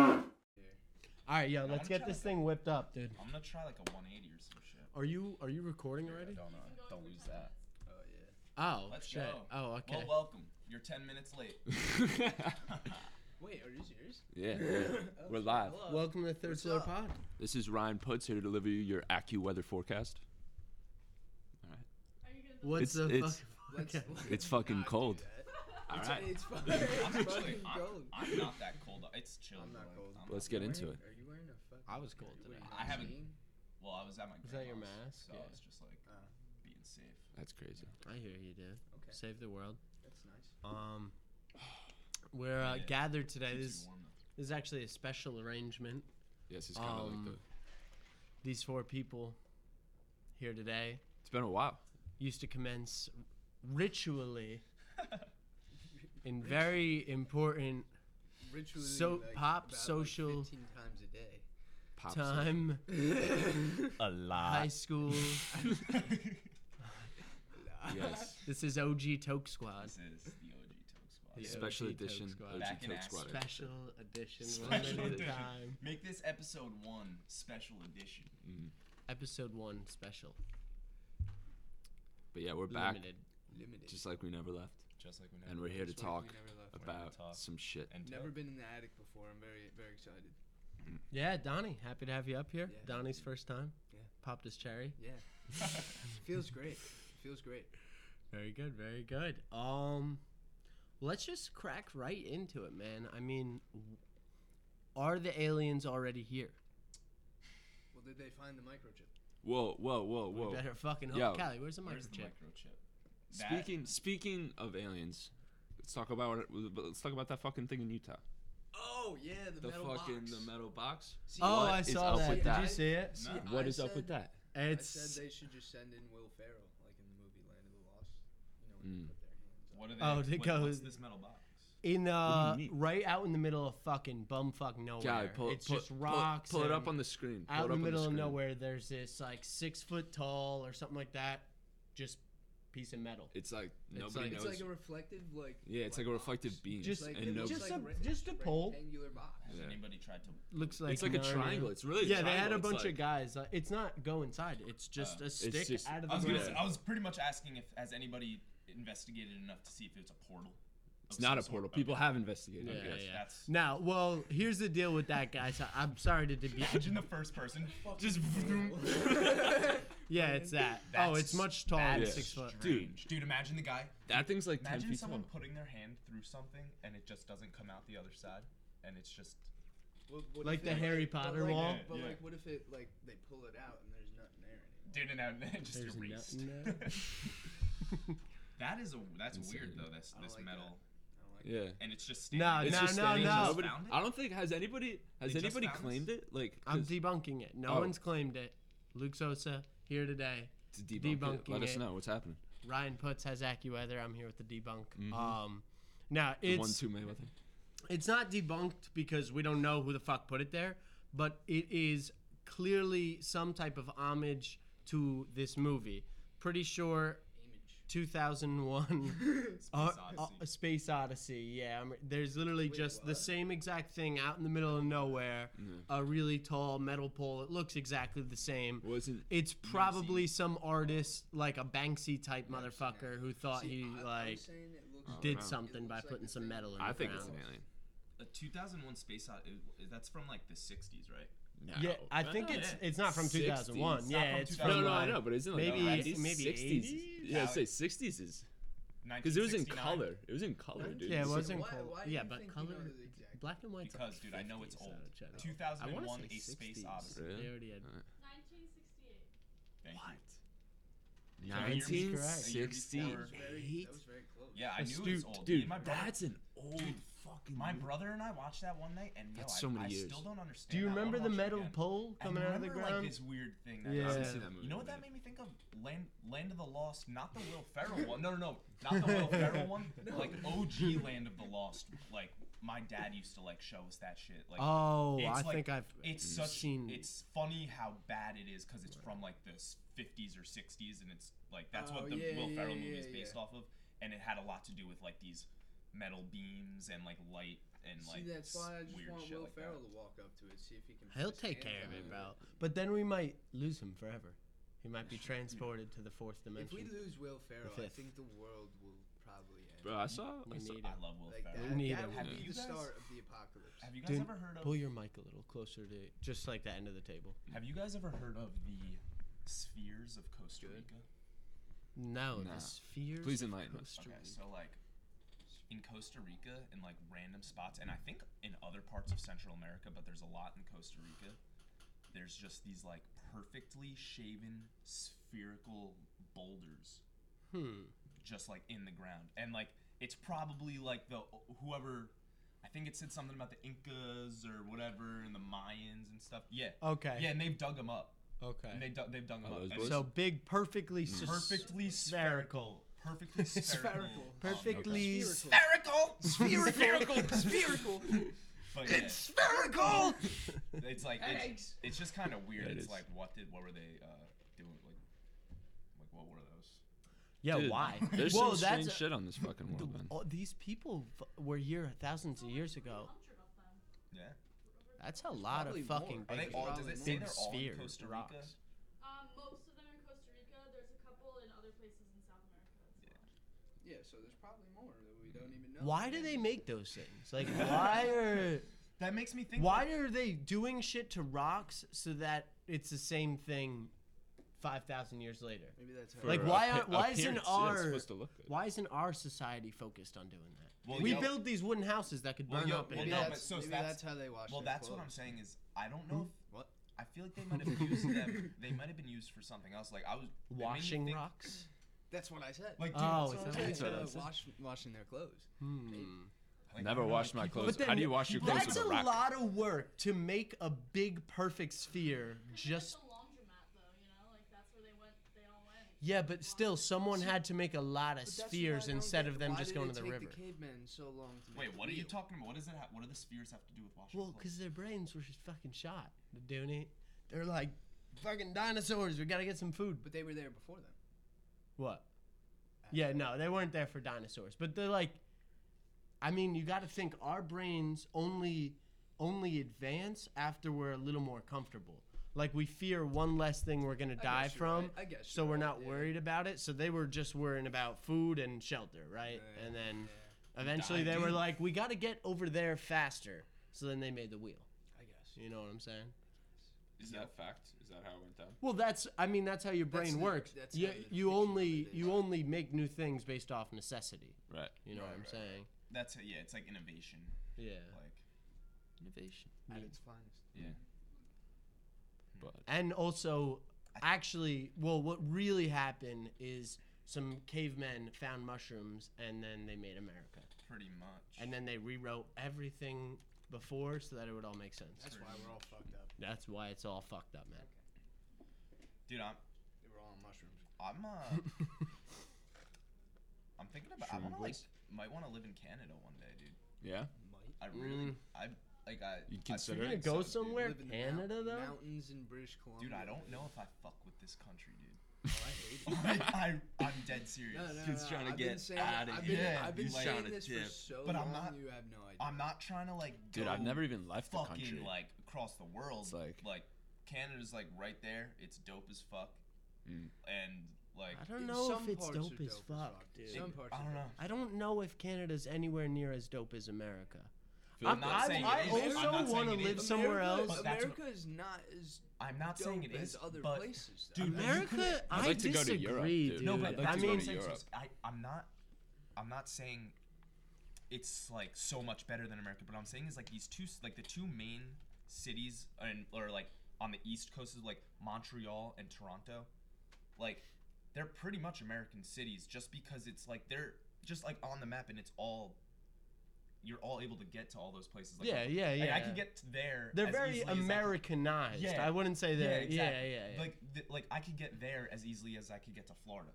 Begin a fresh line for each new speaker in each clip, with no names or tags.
All right,
Uh,
yo, let's
I'm
get
trying
this
to-
thing whipped up, dude.
I'm gonna try like a 180 or some shit.
Are you are you recording already?
Don't know. Don't lose that.
Oh yeah. Oh
Let's
shit.
go.
Oh okay.
Well, welcome. You're 10 minutes late.
Wait, are these yours?
yeah, yeah. We're live.
Hello.
Welcome to Third Floor
up?
Pod.
This is Ryan Putz here to deliver you your AccuWeather forecast.
What's
It's-
the
it's-
fuck?
Let's-
It's fucking
Not do
cold.
that.
All
It's,
right,
it's fine.
I'm
It's
actually.
fucking
I'm,
cold.
I'm not that cold. It's chill.
I'm not
like,
cold.
I'm
let's
not-
get into it.
Are you wearing a fucking?
I was cold
are you
today.
wearing
I haven't-
jean?
Well, I was at my.
Is that your
grandma's,
mask?
So
Yeah.
I was just like
Uh.
Oh.
being safe.
That's crazy.
I hear you, dude.
Okay.
Save the world.
That's nice.
Um, we're uh,
Yeah.
gathered today.
Keeps you
This is-
warm, though.
this is actually a special arrangement.
Yes, it's kind of
Um,
like the.
These four people here today
It's been a while.
used to commence ritually in very important
Ritually,
So-
like,
pop,
about,
social-
Like Fifteen times a day.
Pop
time,
A
high
Ah.
lot.
school.
Yes.
This is OG Toke Squad.
this is the OG Toke Squad.
Yeah.
Special
OG Toke
edition
Squad.
OG
Back in
Toke
action.
Squad.
Special edition. one
Special
minute at a
edition.
time.
Make this episode one special edition.
Episode one special.
But yeah, we're back,
Limited.
Limited.
just like we never left,
Just like we
and we're here to
Just like
talk
we never left.
about
talk.
some shit.
And
Never been in the attic before. I'm very, very excited.
Yeah, Donnie. Happy to have you up here.
Yeah.
Donnie's first time.
Yeah.
Popped his cherry.
Yeah. Feels great. Feels great.
Very good, very good. Um, let's just crack right into it, man. I mean, w- are the aliens already here?
Well, did they find the microchip?
Whoa, whoa, whoa, whoa.
Better fucking hope.
Yo.
Callie, where's the
Where's the
microchip?
microchip? That-
Speaking speaking of aliens, let's talk about let's talk about that fucking thing in Utah.
Oh yeah, the,
The
metal
fucking
box.
the metal box.
See,
oh,
What
I
is
saw
up
that.
with
Did
that?
you see it?
No.
See,
What
I
is up with
said-
that?
It's
I said they should just send in Will Ferrell, like in the movie Land of the Lost. You know, when they put their hands up.
What are they?
Oh, it
what,
goes-
What's this metal box?
in uh,
mean?
right out in the middle of fucking bumfuck nowhere.
Yeah, pull,
it's
pull,
just
pull-
rocks.
Pull, it up
and
on the screen. Pull
out
it
in
up
the middle
on
of
the screen.
nowhere. There's this like six foot tall or something like that, just piece of metal.
It's like
It's
nobody
like-
knows.
It's like a reflective, like
yeah, it's like a
black
reflective
box.
beam.
Just-
Like,
and
it
no,
looks
just
like
a-
re-
just a pole.
rectangular box.
Has
Yeah.
anybody tried to?
Looks like
it's like a
Narnia.
triangle. It's really
Yeah,
a
they had
triangle.
a
It's
bunch
like-
of guys. Uh, it's not go inside. It's just
Uh,
a stick
just-
out of the
I was gonna.
ground.
Say, I was pretty much asking if has anybody investigated enough to see if it's a portal. of
It's not
some
a
sort?
portal.
Okay.
People have investigated.
Yeah,
I guess.
yeah.
That's.
Now, well, here's the deal with that, guys. I- I'm sorry to be.
Imagine the first person just.
Yeah, it's that. oh,
That's-
it's much taller than
that's
six foot.
Strange. dude. Imagine the guy.
That thing's like ten
Imagine
feet
someone
tall.
putting their hand through something and it just doesn't come out the other side, and it's just.
What- what
Like
if
the
it,
Harry
but
Potter
like,
wall?
But
Yeah.
like, what if it like they pull it out and there's nothing there anymore?
Dude, and then just
There's a nut
erased.
in there.
that is a. That's weird
Insane.
though. This
I don't
this
like
metal,
I don't like
Yeah.
and it's just
No,
standing.
Uh,
there.
It's
no,
just
no,
standing there.
no.
Nobody-
Found it?
I don't think has anybody has
They just
anybody
found us?
claimed it. Like
I'm
'cause
debunking it. No
Oh.
one's claimed it. Luke Sosa here today.
to debunk it.
debunking
Let us
it.
know what's happening.
Ryan Putz has AccuWeather. I'm here with the debunk. Um, now it's
Mm-hmm. The one two Mayweather.
it's not debunked because we don't know who the fuck put it there, but it is clearly some type of homage to this movie. Pretty sure
image.
2001 uh,
Space
uh,
Odyssey.
Space Odyssey. Yeah, I'm, there's literally just the
what?
same exact thing out in the middle of nowhere. A really tall metal pole. It looks exactly the same.
Wasn't
It's probably some artist like a Banksy type motherfucker who thought
See,
he
I- I was
like
saying it looks
don't
did
know.
like-
something
it
by
looks like
putting
the
some
same-
metal in
I
the
think
ground.
it's an alien.
A 2001 Space Odyssey. That's from like the 60s, right?
Yeah,
No.
I think it's it's not from
60s.
2001.
It's
Oh, not
yeah,
from
it's from
2001.
No, no, I
like-
know, but isn't like
maybe-
90s,
maybe
60s?
80s?
Yeah, I'd say
Like-
60s is because it was in
1969.
color. It was in color, dude.
Yeah, it
It's like-
was in
Why-
color.
why do
Yeah,
you
but
think you
color,
know the exact-
black and white.
Because, dude, I know it's old.
uh, 2001,
2001, A Space Odyssey.
Really?
They already had.
1968.
Thank you. The year
1960.
before-
That was very- that was very close.
Yeah, I knew it
Astute.
was old. Me
Dude,
and my brother,
that's an old
Dude,
fucking.
my
movie.
brother and I watched that one night, and yo,
That's
I,
so many
I
years.
still don't understand.
Do you
that. I wanna
remember the
watch it
metal
again.
pole
I
coming out of the
remember,
ground?
Like this weird thing. That
Yeah. I
I
happened.
haven't
Yeah.
seen that movie
You know
in a
what that made
minute.
me think of? Land, Land of the Lost, not the Will Ferrell one. No, no, no, not the Will Ferrell one. Like OG Land of the Lost. Like my dad used to like show us that shit. Like
oh,
it's
I
like-
think I've
it's such
seen.
it's funny how bad it is because it's from like the s- 50s or 60s and it's like that's
Oh,
what the
yeah,
Will
yeah,
Ferrell
yeah,
movie is
yeah.
based off of and it had a lot to do with like these metal beams and like light and like
See, that's why I
s-
just
weird
want
shit
Will
like that.
Ferrell to walk up to it, see if he can.
He'll
put his
take
hands
care of
on
it, bro. But then we might lose him forever. He might be transported to the fourth
If we
dimension.
lose Will Ferrell, I
fifth.
think the world will probably end.
Bro, I saw.
We
I saw
need
I
him.
love Will
Like that,
Ferrell.
We need
that
him.
would
Have
be
you
the
guys-
start of the apocalypse.
Have you guys
Dude,
ever heard of?
pull your mic a little closer to, just like the end of the table.
Have you guys ever heard of the spheres of Costa
Good.
Rica?
No,
Nah.
the spheres.
Please
of
enlighten us.
Costa
Okay,
Rica.
so like in Costa Rica, in like random spots, and I think in other parts of Central America, but there's a lot in Costa Rica. There's just these like perfectly shaven spherical boulders,
Hmm.
just like in the ground, and like it's probably like the whoever. I think it said something about the Incas or whatever, and the Mayans and stuff. Yeah.
Oh, Okay.
Yeah, and they've dug them up. And they
Okay.
dug, they've dug them
Oh,
up.
those
And
boys?
So big, perfectly
Hmm.
sus-
perfectly
spherical.
Perfectly spherical.
Spherical.
Perfectly
Oh, Spherical.
Spherical.
Spherical.
But yeah,
spherical.
it's like it's,
Headaches.
it's just kind of weird.
Yeah, it
it's
is.
like what did what were they uh, doing? Like like what were those?
Yeah,
Dude,
why?
There's
Whoa,
some strange
that's
shit on this fucking world, man.
all, these people f- were here thousands of years ago.
Yeah.
That's a lot of
Probably
fucking
more.
Are they
big,
Probably
all? Does it say
big
they're all in
spheres,
Costa Rica?
rocks.
Um, most of them in Costa Rica. There's a couple in other places in South America. As well.
Yeah, so there's probably more that we don't even know.
Why do they make those things? Like, why are
That makes me think.
why are they doing shit to rocks so that it's the same thing five thousand years later?
Maybe that's how.
For
Like,
a
why
pi-
aren't- why isn't
appearance, yeah, it's
our-
supposed to look good.
Why isn't our society focused on doing that?
Well,
we
yo-
build these wooden houses that could
Well,
burn
yo-
up.
well,
in
maybe
no,
hell.
but
that's,
so
maybe that's
that's-
how they wash
Well,
their
that's what I'm
clothes.
saying is I don't know. If,
What?
I feel like they might have used them. They might have been used for something else. Like I was it made me
Washing
think-
rocks.
That's what I said.
Like dude,
Oh,
that's
is
what
that
I'm
what
saying.
you
Uh,
said?
wash, washing their clothes.
Hmm.
Like, I
Never
don't know,
wash my
people-
clothes.
But
How
then-
do you wash your clothes
That's
with
a
a rock?
lot of work to make a big perfect sphere
It's
just
like the laundromat, though. You know, like that's where they went. They all went.
Yeah, but still, someone had to make a lot of
But that's what I
spheres
don't
instead
get.
of them
Why
just
did
going
it
to the
take
river.
The cavemen so long to
Wait,
make
what are you
wheel?
talking about? What does it? Ha- what do the spheres have to do with washing
Well,
clothes?
because their brains were just fucking shot. They're doing it. They're like fucking dinosaurs. We gotta get some food.
But they were there before them.
What? Yeah, no, they weren't there for dinosaurs. But they're like, I mean, you gotta think our brains only only advance after we're a little more comfortable. Like we fear one less thing we're gonna
guess
die
you're
from,
right. I guess
so
you're
we're
right,
not
yeah.
worried about it. So they were just worrying about food and shelter, right?
Yeah,
and then.
yeah,
Eventually,
Die,
they were
dude.
like, "We got to get over there faster." So then they made the wheel.
I guess.
You know what I'm saying?
Is that fact? Is that how it went down?
Well, that's I mean that's how your brain
That's the-
works.
that's
you
how the
you
fiction of
only
it is.
you only make new things based off necessity.
Right.
You know
Right,
what I'm
right,
saying?
That's it, yeah. It's like innovation.
Yeah.
Like
Innovation.
At its finest.
But
And also, actually, well, what really happened is some cavemen found mushrooms and then they made America.
pretty much.
And then they rewrote everything before so that it would all make sense.
That's why we're all fucked up.
That's why it's all fucked up, man.
dude, I'm
They were all on mushrooms.
I'm uh I'm thinking about I
Shroom
wanna like
boys?
might want to live in Canada one day, dude.
yeah,
Might.
I
Mm.
really I like I
You'd
I
Mm. consider
figured
it?
it's
Go
out, dude.
somewhere?
Live in the
Canada,
mount-
though?
Mountains in British Columbia.
Dude, I don't know if I fuck with this country, dude.
Oh, I hate it.
I, I I'm dead serious.
No, no,
He's
no,
trying to
I've been
get
saying-
outta
I've been,
here.
I've been
He's
saying
trying to
this
dip.
for so
But
long.
I'm not-
you have no idea.
I'm not trying to like
dude, I've
go
never even left the
fucking
country.
like across the world.
It's
like
like-
Canada's like right there. It's dope as fuck.
Mm.
And like
I don't
In
know
some
if it's
parts are
dope as fuck, dude.
Some
it-
parts
I
are dope.
don't know.
I don't know if Canada's anywhere near as dope as America.
Feel like
I'm
that's-
not
I,
saying
I,
it is. I'm not
also
saying
want to
it
live
is.
somewhere
America,
else.
But that's what-
America is not as
I'm not
dope
saying it
as
is,
other
but
places. though.
dude,
I-
America, I
I'd like to go to
disagree,
Europe,
dude.
dude. No, but I'd like
I
to go
mean,
to Europe.
I, I'm not, I'm not saying it's like so much better than America. But I'm saying is like these two, s- like the two main cities, and or like on the east coast is like Montreal and Toronto, like they're pretty much American cities just because it's like they're just like on the map and it's all. You're all able to get to all those places. Like,
Yeah, yeah,
like, I
yeah.
could get to there.
they're
as
very
easily as I could-
Americanized.
Yeah.
I wouldn't say
yeah,
that. Yeah,
exactly.
yeah, yeah.
Like, th- like I could get there as easily as I could get to Florida.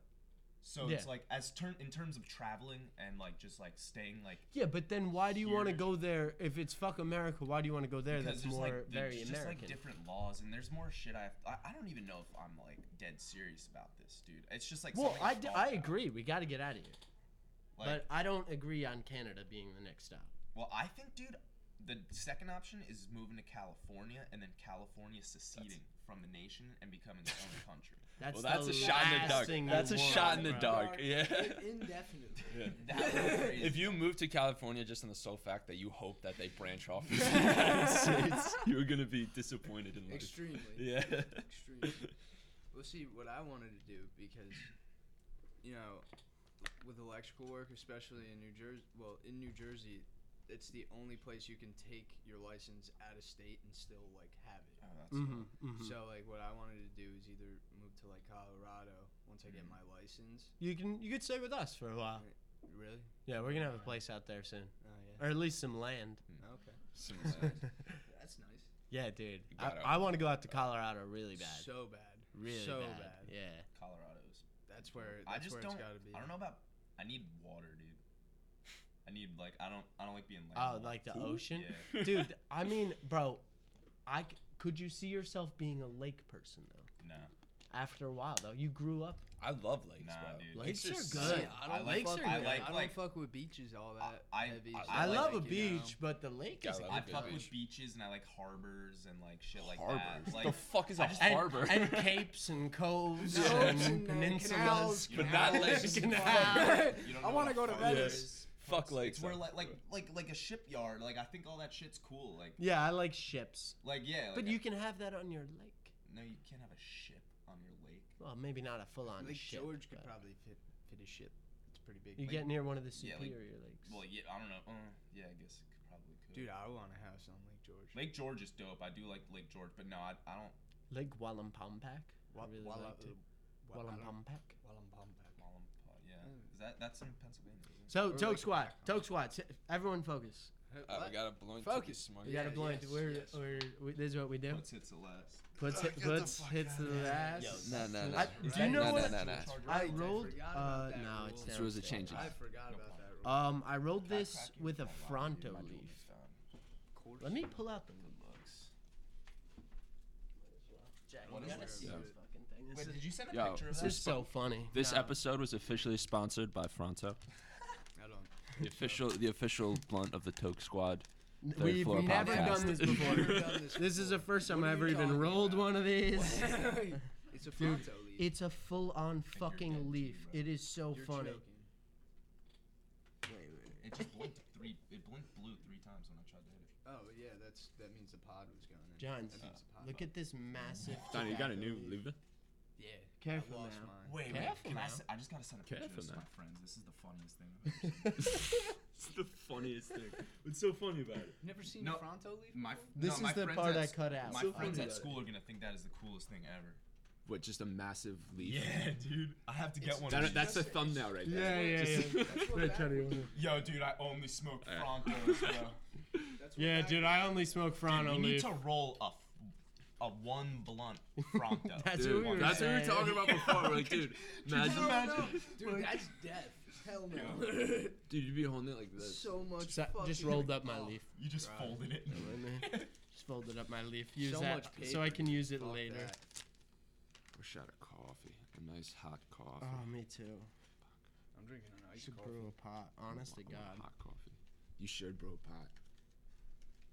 So it's
Yeah.
like as turn in terms of traveling and like just like staying like
yeah, but then why do you want to
Here.
go there if it's fuck America? Why do you want to go there? That's
because there's
more
like there's
very
just like
American.
different laws and there's more shit I, have, I I don't even know if I'm like dead serious about this, dude. It's just like
well,
something
I,
I've
d-
thought
I
about.
agree. We got to get out of here.
Like,
but I don't agree on Canada being the next stop.
well, I think, dude, the second option is moving to California and then California seceding from the nation and becoming its own country.
That's
Well, that's
the
a shot in the
last
dark.
thing we
That's a
want,
shot in the
bro.
dark. Yeah.
Indefinitely.
Yeah.
That would be crazy.
If you move to California just on the sole fact that you hope that they branch off from the United States, you're gonna be disappointed in life.
Extremely.
Yeah.
Extremely. Well, see, what I wanted to do because, you know, with electrical work, especially in New Jersey, well, in New Jersey, it's the only place you can take your license out of state and still like have it.
Oh, that's
Mhm, mhm.
So like, what I wanted to do is either move to like Colorado once I
Mm-hmm.
get my license.
You can you could stay with us for a while.
Really?
Yeah, we're gonna have a place out there soon,
Oh yeah.
or at least some land.
Okay.
Similar.
That's nice.
yeah, dude,
You
I,
gotta-
I want to go out to Colorado really bad,
So bad.
really
so
bad.
bad.
Yeah,
Colorado's.
That's where.
I
That's
just
where
don't.
It's gotta be.
I don't know about. I need water, dude. I need like I don't. I don't like being.
oh,
landlocked.
like the
Cool.
ocean,
Yeah.
dude. I mean, bro, I c- could you see yourself being a lake person though?
No.
After a while though, you grew up.
I love lakes,
Nah,
bro.
dude.
Lakes
just
are good.
sick.
I
I
don't
like-
fuck.
I
with-
like-
I don't
like-
fuck with beaches all that
I-
heavy.
I-
so,
I,
I
love
like,
a
you know,
beach, but the lake
Yeah,
is.
I
I
love
good.
the
fuck
beach.
with beaches and I like harbors and like shit like
Harbors.
that. Like
the fuck is a
I just-
and,
harbor?
and capes and coves
Coves
and,
and, uh,
peninsulas,
canals,
But not canals.
lakes.
Canals.
you don't
I
know
wanna
what
go to
harbor
Venice.
is.
Fuck lakes.
It's where
though.
like like like like a shipyard. Like I think all that shit's cool. Like
Yeah, I like ships,
like yeah.
but
like,
you can have that on your lake.
no, you can't have a ship on your lake.
Well, maybe not a full-on
Lake
ship.
George could
but-
probably fit fit a ship. It's pretty big.
You
Like,
get near one of the
yeah,
superior
like-
lakes.
Well, yeah, I don't know. Uh, yeah, I guess it could probably could.
dude, I want a house on Lake George.
Lake George is dope. I do like Lake George, but no, I, I don't.
Lake Wallenpompack. I
Wa-
really
Walla-
liked it.
uh, Wa- I don't-
Wallenpompack.
Wallampampa.
Wallampah, Yeah,
Mm.
is that that's in Pennsylvania? Isn't it?
So,
Or
Toke
Lake
Squad.
Pack.
Toke Squad. s- Everyone focus.
Uh,
What?
we got a blunt.
Focus.
Focus.
We
Yeah,
got a blind.
yes,
we're,
yes.
we're, we, this is what we do.
What's Oh, it's the last?
Puts,
Ugh,
hit,
get the
puts,
fuck
hits
outta
the
here.
last.
Yo, no, no, no.
I- do you know
no,
what-
No, no, no.
I
Charger?
rolled.
forgot
Uh,
about that
no, it's
rule.
down.
This was a
to-
change.
I forgot
No
about that rule.
Um, I rolled this
Backpacking?
with a
Oh, wow, dude,
Fronto
my jewelry's
leaf.
done.
Of course.
Let me pull out the
Good looks.
Jack,
What
you
is
gotta
this?
see
Yeah.
this fucking thing. This
Wait,
is-
did you send a
Yo,
picture of
This
that?
is so funny.
This
No.
episode was officially sponsored by Fronto,
I don't.
the official the official blunt of the Toke Squad. third
We've
floor
never
podcast.
done this before.
Never done this
this is the
before.
first time
What
I
are
ever
you
even
talking
rolled
about?
one of these.
it's a Fronto leaf.
It's a full on fucking
dead
leaf.
to me,
It is so
You're
funny.
joking.
It just blinked three. It blinked blue three times when I tried to hit it.
Oh yeah, that's that means the pod was going in.
Johns,
That means the pod
Look at this massive.
Donnie, you got a new leaf?
Yeah.
Careful
I lost
now.
mine.
Wait,
wait, Careful
can
can I
I?
now. s-
I just gotta send a picture
picture of
of
Careful
this
this to
to
now.
my
my
friends. This is the funniest thing I've ever seen.
it's the funniest thing. What's so funny about it?
Never seen
No.
a Fronto leaf?
My
before?
This
no,
is
my
the
friends
part
at
I
s-
cut out.
My
So
friends
funny
at
about
school are gonna think that is the coolest thing ever.
What? Just a massive leaf.
dude. I have to get
It's-
one.
That-
of these.
that's the thumbnail right there.
Yeah, yeah,
Just-
yeah.
That's what backwards-
Yo, dude, I only smoke
Alright.
Frontos, bro.
that's what
Yeah, dude,
backwards-
I only smoke Fronto
we need
leaf.
to roll a, f- a one blunt Fronto.
That's
Dude,
what we were
that's what we were
saying.
talking about before. We're like, dude, imagine,
imagine?
Dude, that's death. Hell no.
dude, you'd be holding it like this.
so much.
So- just
fucking-
rolled up my
oh,
leaf.
You just
Right.
folded it.
Oh, Just folded up my leaf. Use
So
that
much
so I
paper.
can use it
fuck
later.
that.
Or shot of coffee, a nice hot coffee.
Oh, me too.
I'm drinking an
I
ice
should
coffee.
brew a pot.
I
Honest to
want- I want
God.
hot coffee. You should, bro. Pot.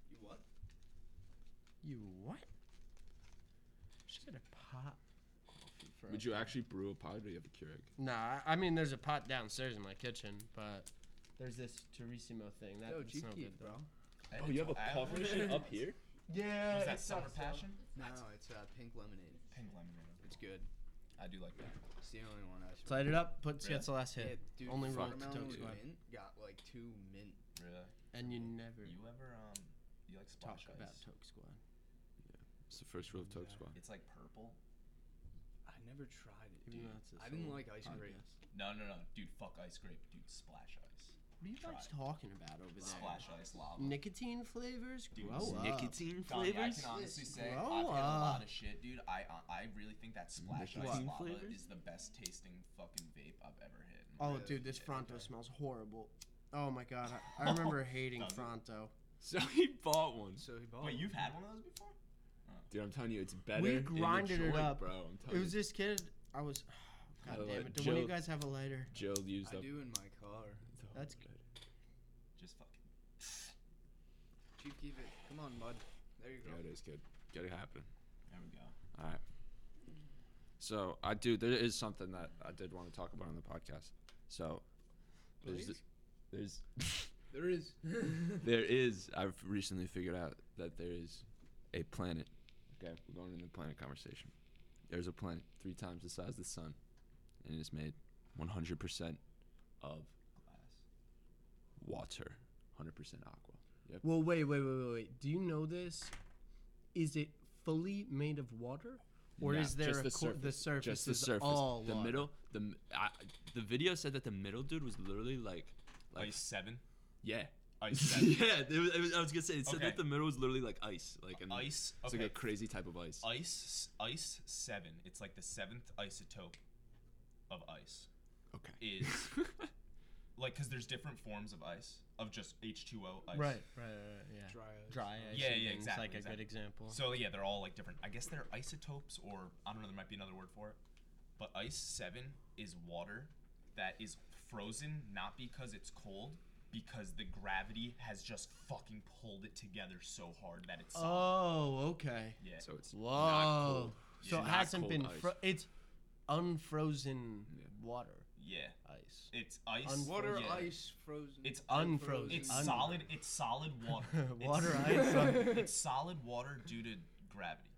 You what?
You what? Should get a pot. For
Would you actually brew a pot, or do you have a Keurig?
Nah, I I mean, there's a pot downstairs in my kitchen, but there's this Turissimo thing. That,
Yo,
that's
cheap
no
key,
good, though.
bro.
Oh, you have a coffee machine
up here?
Yeah.
Is that summer passion?
No, it's uh, pink lemonade.
Pink lemonade.
It's good.
I do like that.
It's the only one I.
Light it up, put
Really?
gets the last hit.
dude,
Only roll
fuck
to
watermelon
Toke
with
Squad.
mint got like two mint.
Really?
And you never
You ever um? You like
talk
splash
about
ice?
Toke Squad.
It's the first rule of Toke
Yeah.
Squad.
It's like purple.
I never tried it,
Even
dude.
though it's a
I didn't
solo
like ice grape.
podcast.
No, no, no, dude. Fuck ice grape, dude. Splash ice.
What are you guys talking about over there?
Splash ice lava.
Nicotine flavors?
Dude,
Grow up.
Donnie, I can honestly say I've
Grow
had a lot
up.
of shit, dude. I uh, I really think that splash ice
Nicotine
lava
flavors?
is the best tasting fucking vape I've ever hit. in my
Oh,
Yeah,
dude, this
yeah,
Fronto smells horrible. Oh my god, I, I remember hating
Does it?
Fronto.
So he bought one.
So he bought.
Wait,
one.
you've had one of those before?
Dude, I'm telling you, it's better.
We
in
grinded it
Detroit,
up.
bro. I'm telling
It was
you.
this kid. I was. God
Uh,
damn it! Do
Joe-
one of you guys have a lighter?
Jill used
I
up.
do in my car.
That's
Just fucking.
Chief, keep it. Come on, bud. There you go.
Yeah, it is good. Get it happening.
There we go.
All right. So I do. There is something that I did want to talk about on the podcast. So there's
Please?
there's
There is.
there is. I've recently figured out that there is a planet. Okay, we're going into the planet conversation. There's a planet three times the size of the sun, and it is made 100% of water, 100% aqua.
Well, wait, wait, wait, wait, wait. Do you know this? Is it fully made of water, or
No,
is there
just
a
the
co- the
surface.
surface?
just the
is
surface.
All
the
water?
middle, the m- I, the video said that the middle dude was literally like, like
Ice seven.
yeah,
Ice seven.
yeah. It was, it was- I was gonna say it said
Okay.
that the middle was literally like ice, like an,
ice.
It's
Okay.
like a crazy type of ice.
ice. Ice seven. It's like the seventh isotope of ice.
Okay.
Is like because there's different forms of ice of just H2O ice.
Right, right, right, right, yeah.
Dry ice.
Dry ice.
Yeah,
and
yeah,
things,
exactly,
Like a good
exactly.
example.
So yeah, they're all like different. I guess they're isotopes, or I don't know. There might be another word for it. But ice seven is water that is frozen, not because it's cold, because the gravity has just fucking pulled it together so hard that it's solid.
Oh, okay.
yeah.
So it's
Whoa.
not cold.
So it
Not
hasn't
cold
been.
ice.
Fro- it's unfrozen
Yeah.
water
yeah,
ice.
it's ice.
Un-
Water,
yeah.
ice, frozen.
It's
Unfrozen.
It's
Un-
solid. It's solid water. It's-
Water ice, un-
it's solid water due to gravity.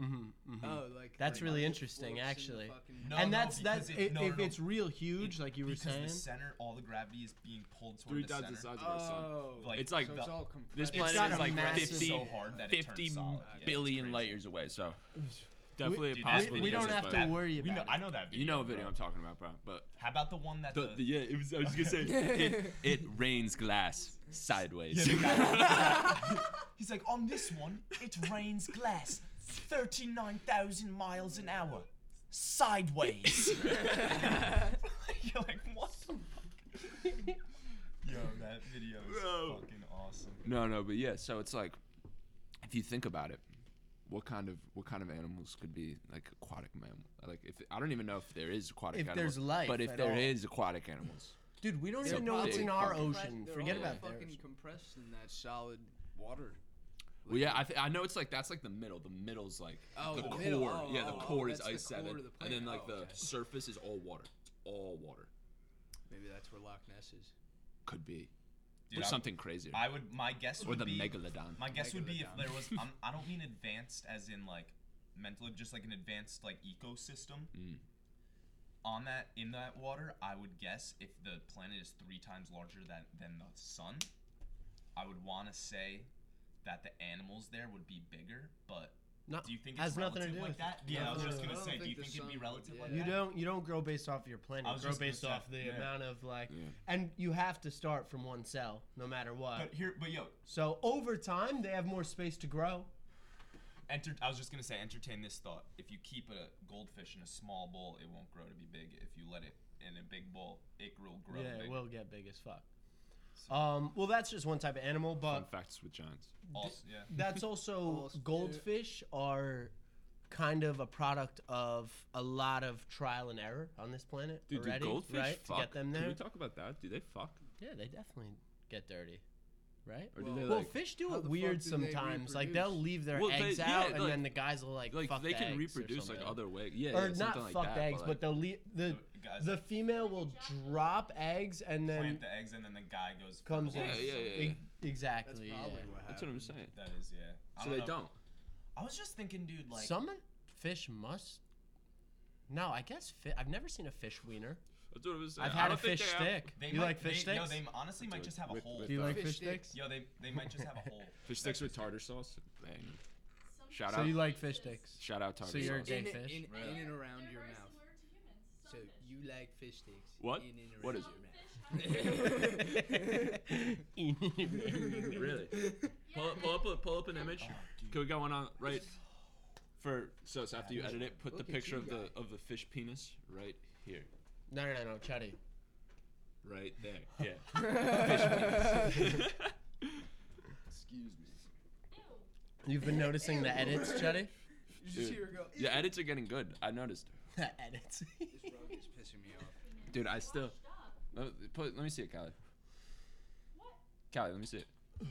Mm-hmm, mm-hmm.
Oh, like
That's
like
really
it
interesting,
floats in the
actually.
fucking-
No,
and
no,
that's that's
because
if,
it- no, no,
if
no.
it's real huge,
It-
like you were
because
saying.
the center, all the gravity is being pulled toward
Three
the
times
center.
the size of our sun.
Oh,
Like,
It's like
so
the-
it's all
This
compressed.
planet
got
is
a
like
massive-
50,
so hard that it turns
50
solid. Yeah, it's
billion
crazy.
light years away. So definitely
Dude,
a
that video
possibility.
we don't
is
have to
bad.
worry
We know,
about
I
it.
know that video.
You know a video
bro.
I'm talking about, bro. But
How about the one that
the, the, yeah, it was. I was just gonna say it, it rains glass sideways.
Yeah, the guy- He's like, on this one, it rains glass 39,000 miles an hour. Sideways. You're like, what the fuck? Yo, that video is
Bro.
fucking awesome.
No, no, but yeah. So it's like, if you think about it, what kind of what kind of animals could be like aquatic mammal? Like, if I don't even know if there is aquatic.
If
animals,
there's life
but if
at
there is
all.
aquatic animals,
Dude, we don't
So
even know what's
big.
in our
Compressed-
ocean.
they're
Forget
all
about
fucking
theirs.
compressed in that solid water.
well, yeah, I, th- I know it's like that's like the middle. The middle's like
Oh,
the
the
core.
middle. Oh,
yeah, the
oh, oh,
core is
that's the
ice
core
seven,
of the
and then like
planet.
the
Oh, okay.
surface is all water. It's all water
Maybe that's where Loch Ness is.
could be,
Dude,
or
I-
something crazier,
I would, my guess
or
would
the
be.
megalodon.
My guess would be if
Megalodon.
there was. I'm, I don't mean advanced as in like mental, just like an advanced like ecosystem.
Mm.
On that, in that water, I would guess if the planet is three times larger than than the sun, I would want to say that the animals there would be bigger. But
No,
do you think it's
has nothing to
relative
do
like
with
that? Yeah, I was
No,
just
I
gonna
don't
say. Do
think
you
the
think it'd be
sun
relative
would,
like
yeah.
You
that?
don't you don't grow based off your
I
planet.
was
Grow
just gonna
based
say,
off the
yeah.
amount of like,
Yeah.
and you have to start from one cell, no matter what.
But here, but yo,
so over time, they have more space to grow.
enter. I was just gonna say, entertain this thought. If you keep a goldfish in a small bowl, it won't grow to be big. If you let it in a big bowl, it will grow
yeah,
big.
it will get big as fuck. Um, well, that's just one type of animal,
Fun
but
facts with giants.
Also, yeah.
that's also
Also, yeah.
goldfish are kind of a product of a lot of trial and error on this planet
Dude, do
already,
goldfish
right?
fuck?
To get them
Can we
there,
talk about that? Do they fuck,
yeah, they definitely get dirty, right?
or do
Well,
they like?
Well, fish do
how
it
the
weird
fuck do they
sometimes. Like they'll
reproduce?
leave their
Well, they-
eggs
yeah,
out, and
like-
then the guys will like,
like
fuck
they
the
can
eggs or
reproduce like
something.
other ways, yeah,
or
yeah,
not
something like
fucked
that, but,
eggs,
like-
but they'll leave the
The guys
the
that
female will drop eggs and then
plant the eggs and then the guy goes.
comes
Yeah,
in.
yeah, yeah,
E-
That's
Exactly.
probably
yeah.
what happened.
That's what I'm saying.
That is, yeah. I
So they
know.
don't.
I was just thinking, dude, like.
Some fish must. No, I guess fi- I've never seen a fish wiener.
That's what I was saying.
I've
I
had
don't
a
think
fish
they have-
stick.
They
you
might,
like fish
they,
sticks?
Yo, they honestly might
Dude,
just have a
with-
hole.
with-
Do you like
Fish
fish
sticks.
sticks?
Yo, they they might just have a hole.
Fish sticks with tartar sauce. Bang.
Some
Shout
So
out.
you like fish sticks?
Shout out tartar
So you're-
sauce.
gay
in,
fish?
In, in
Really?
and
They're
around your
very
mouth.
similar to humans.
So
Some fish.
you like fish sticks.
What?
In and around
What is
Some
your mouth.
fish have-
really?
Yeah,
Pull,
they-
pull up, a, pull up an image.
Oh,
Can we get one on uh, right? For so, so after you edit it, put the
Look at
picture
you
of the of the fish penis right here,
No, no, no, no, Chatty.
right there. Yeah. fish penis.
Excuse me.
Ew.
You've been noticing the edits, Chatty?
You
Dude.
just hear her go.
yeah, edits are getting good. I noticed.
the edits.
This rug is pissing me off.
Dude, I still
Washed up.
let, put, let me see it, Kylie. Callie, let me see it.
A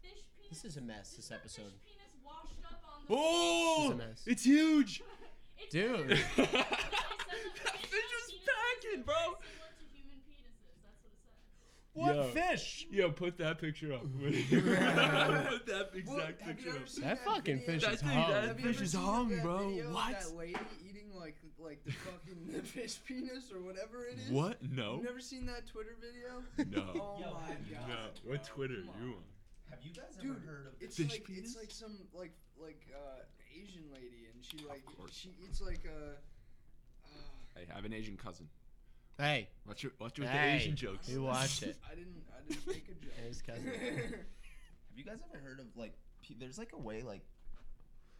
fish penis.
This is a mess, this
a
episode.
Fish penis washed up on the.
This is a
Oh,
mess.
it's huge.
It's
Dude.
literally- it says that
That
fish
fish was
penises
packing,
are
bro.
very similar to human penises. That's what it
What
says.
Yo.
fish?
Yo, put that picture up. put that exact
Well, have you
picture
ever
up.
seen
That fucking
video?
fish
That
is
thing-
hung.
that
Have you
fish
ever
is
seen
hung,
that
bro.
video of
What?
That lady eating like like the fucking the fish penis or whatever it is.
What?
You
No.
never seen that Twitter video?
No.
Oh
Yo,
my
have you-
god.
No. What Twitter
Come
you
on.
on?
Have you guys
Dude,
ever heard of
It's
Fish
like
penis?
it's like some like like uh Asian lady and she like
course.
she eats like a uh,
Hey, I have an Asian cousin.
Hey,
Watch your watch your
Hey.
Asian jokes.
you watched it.
I didn't I didn't make a joke.
His cousin.
Have you guys ever heard of like pe- there's like a way like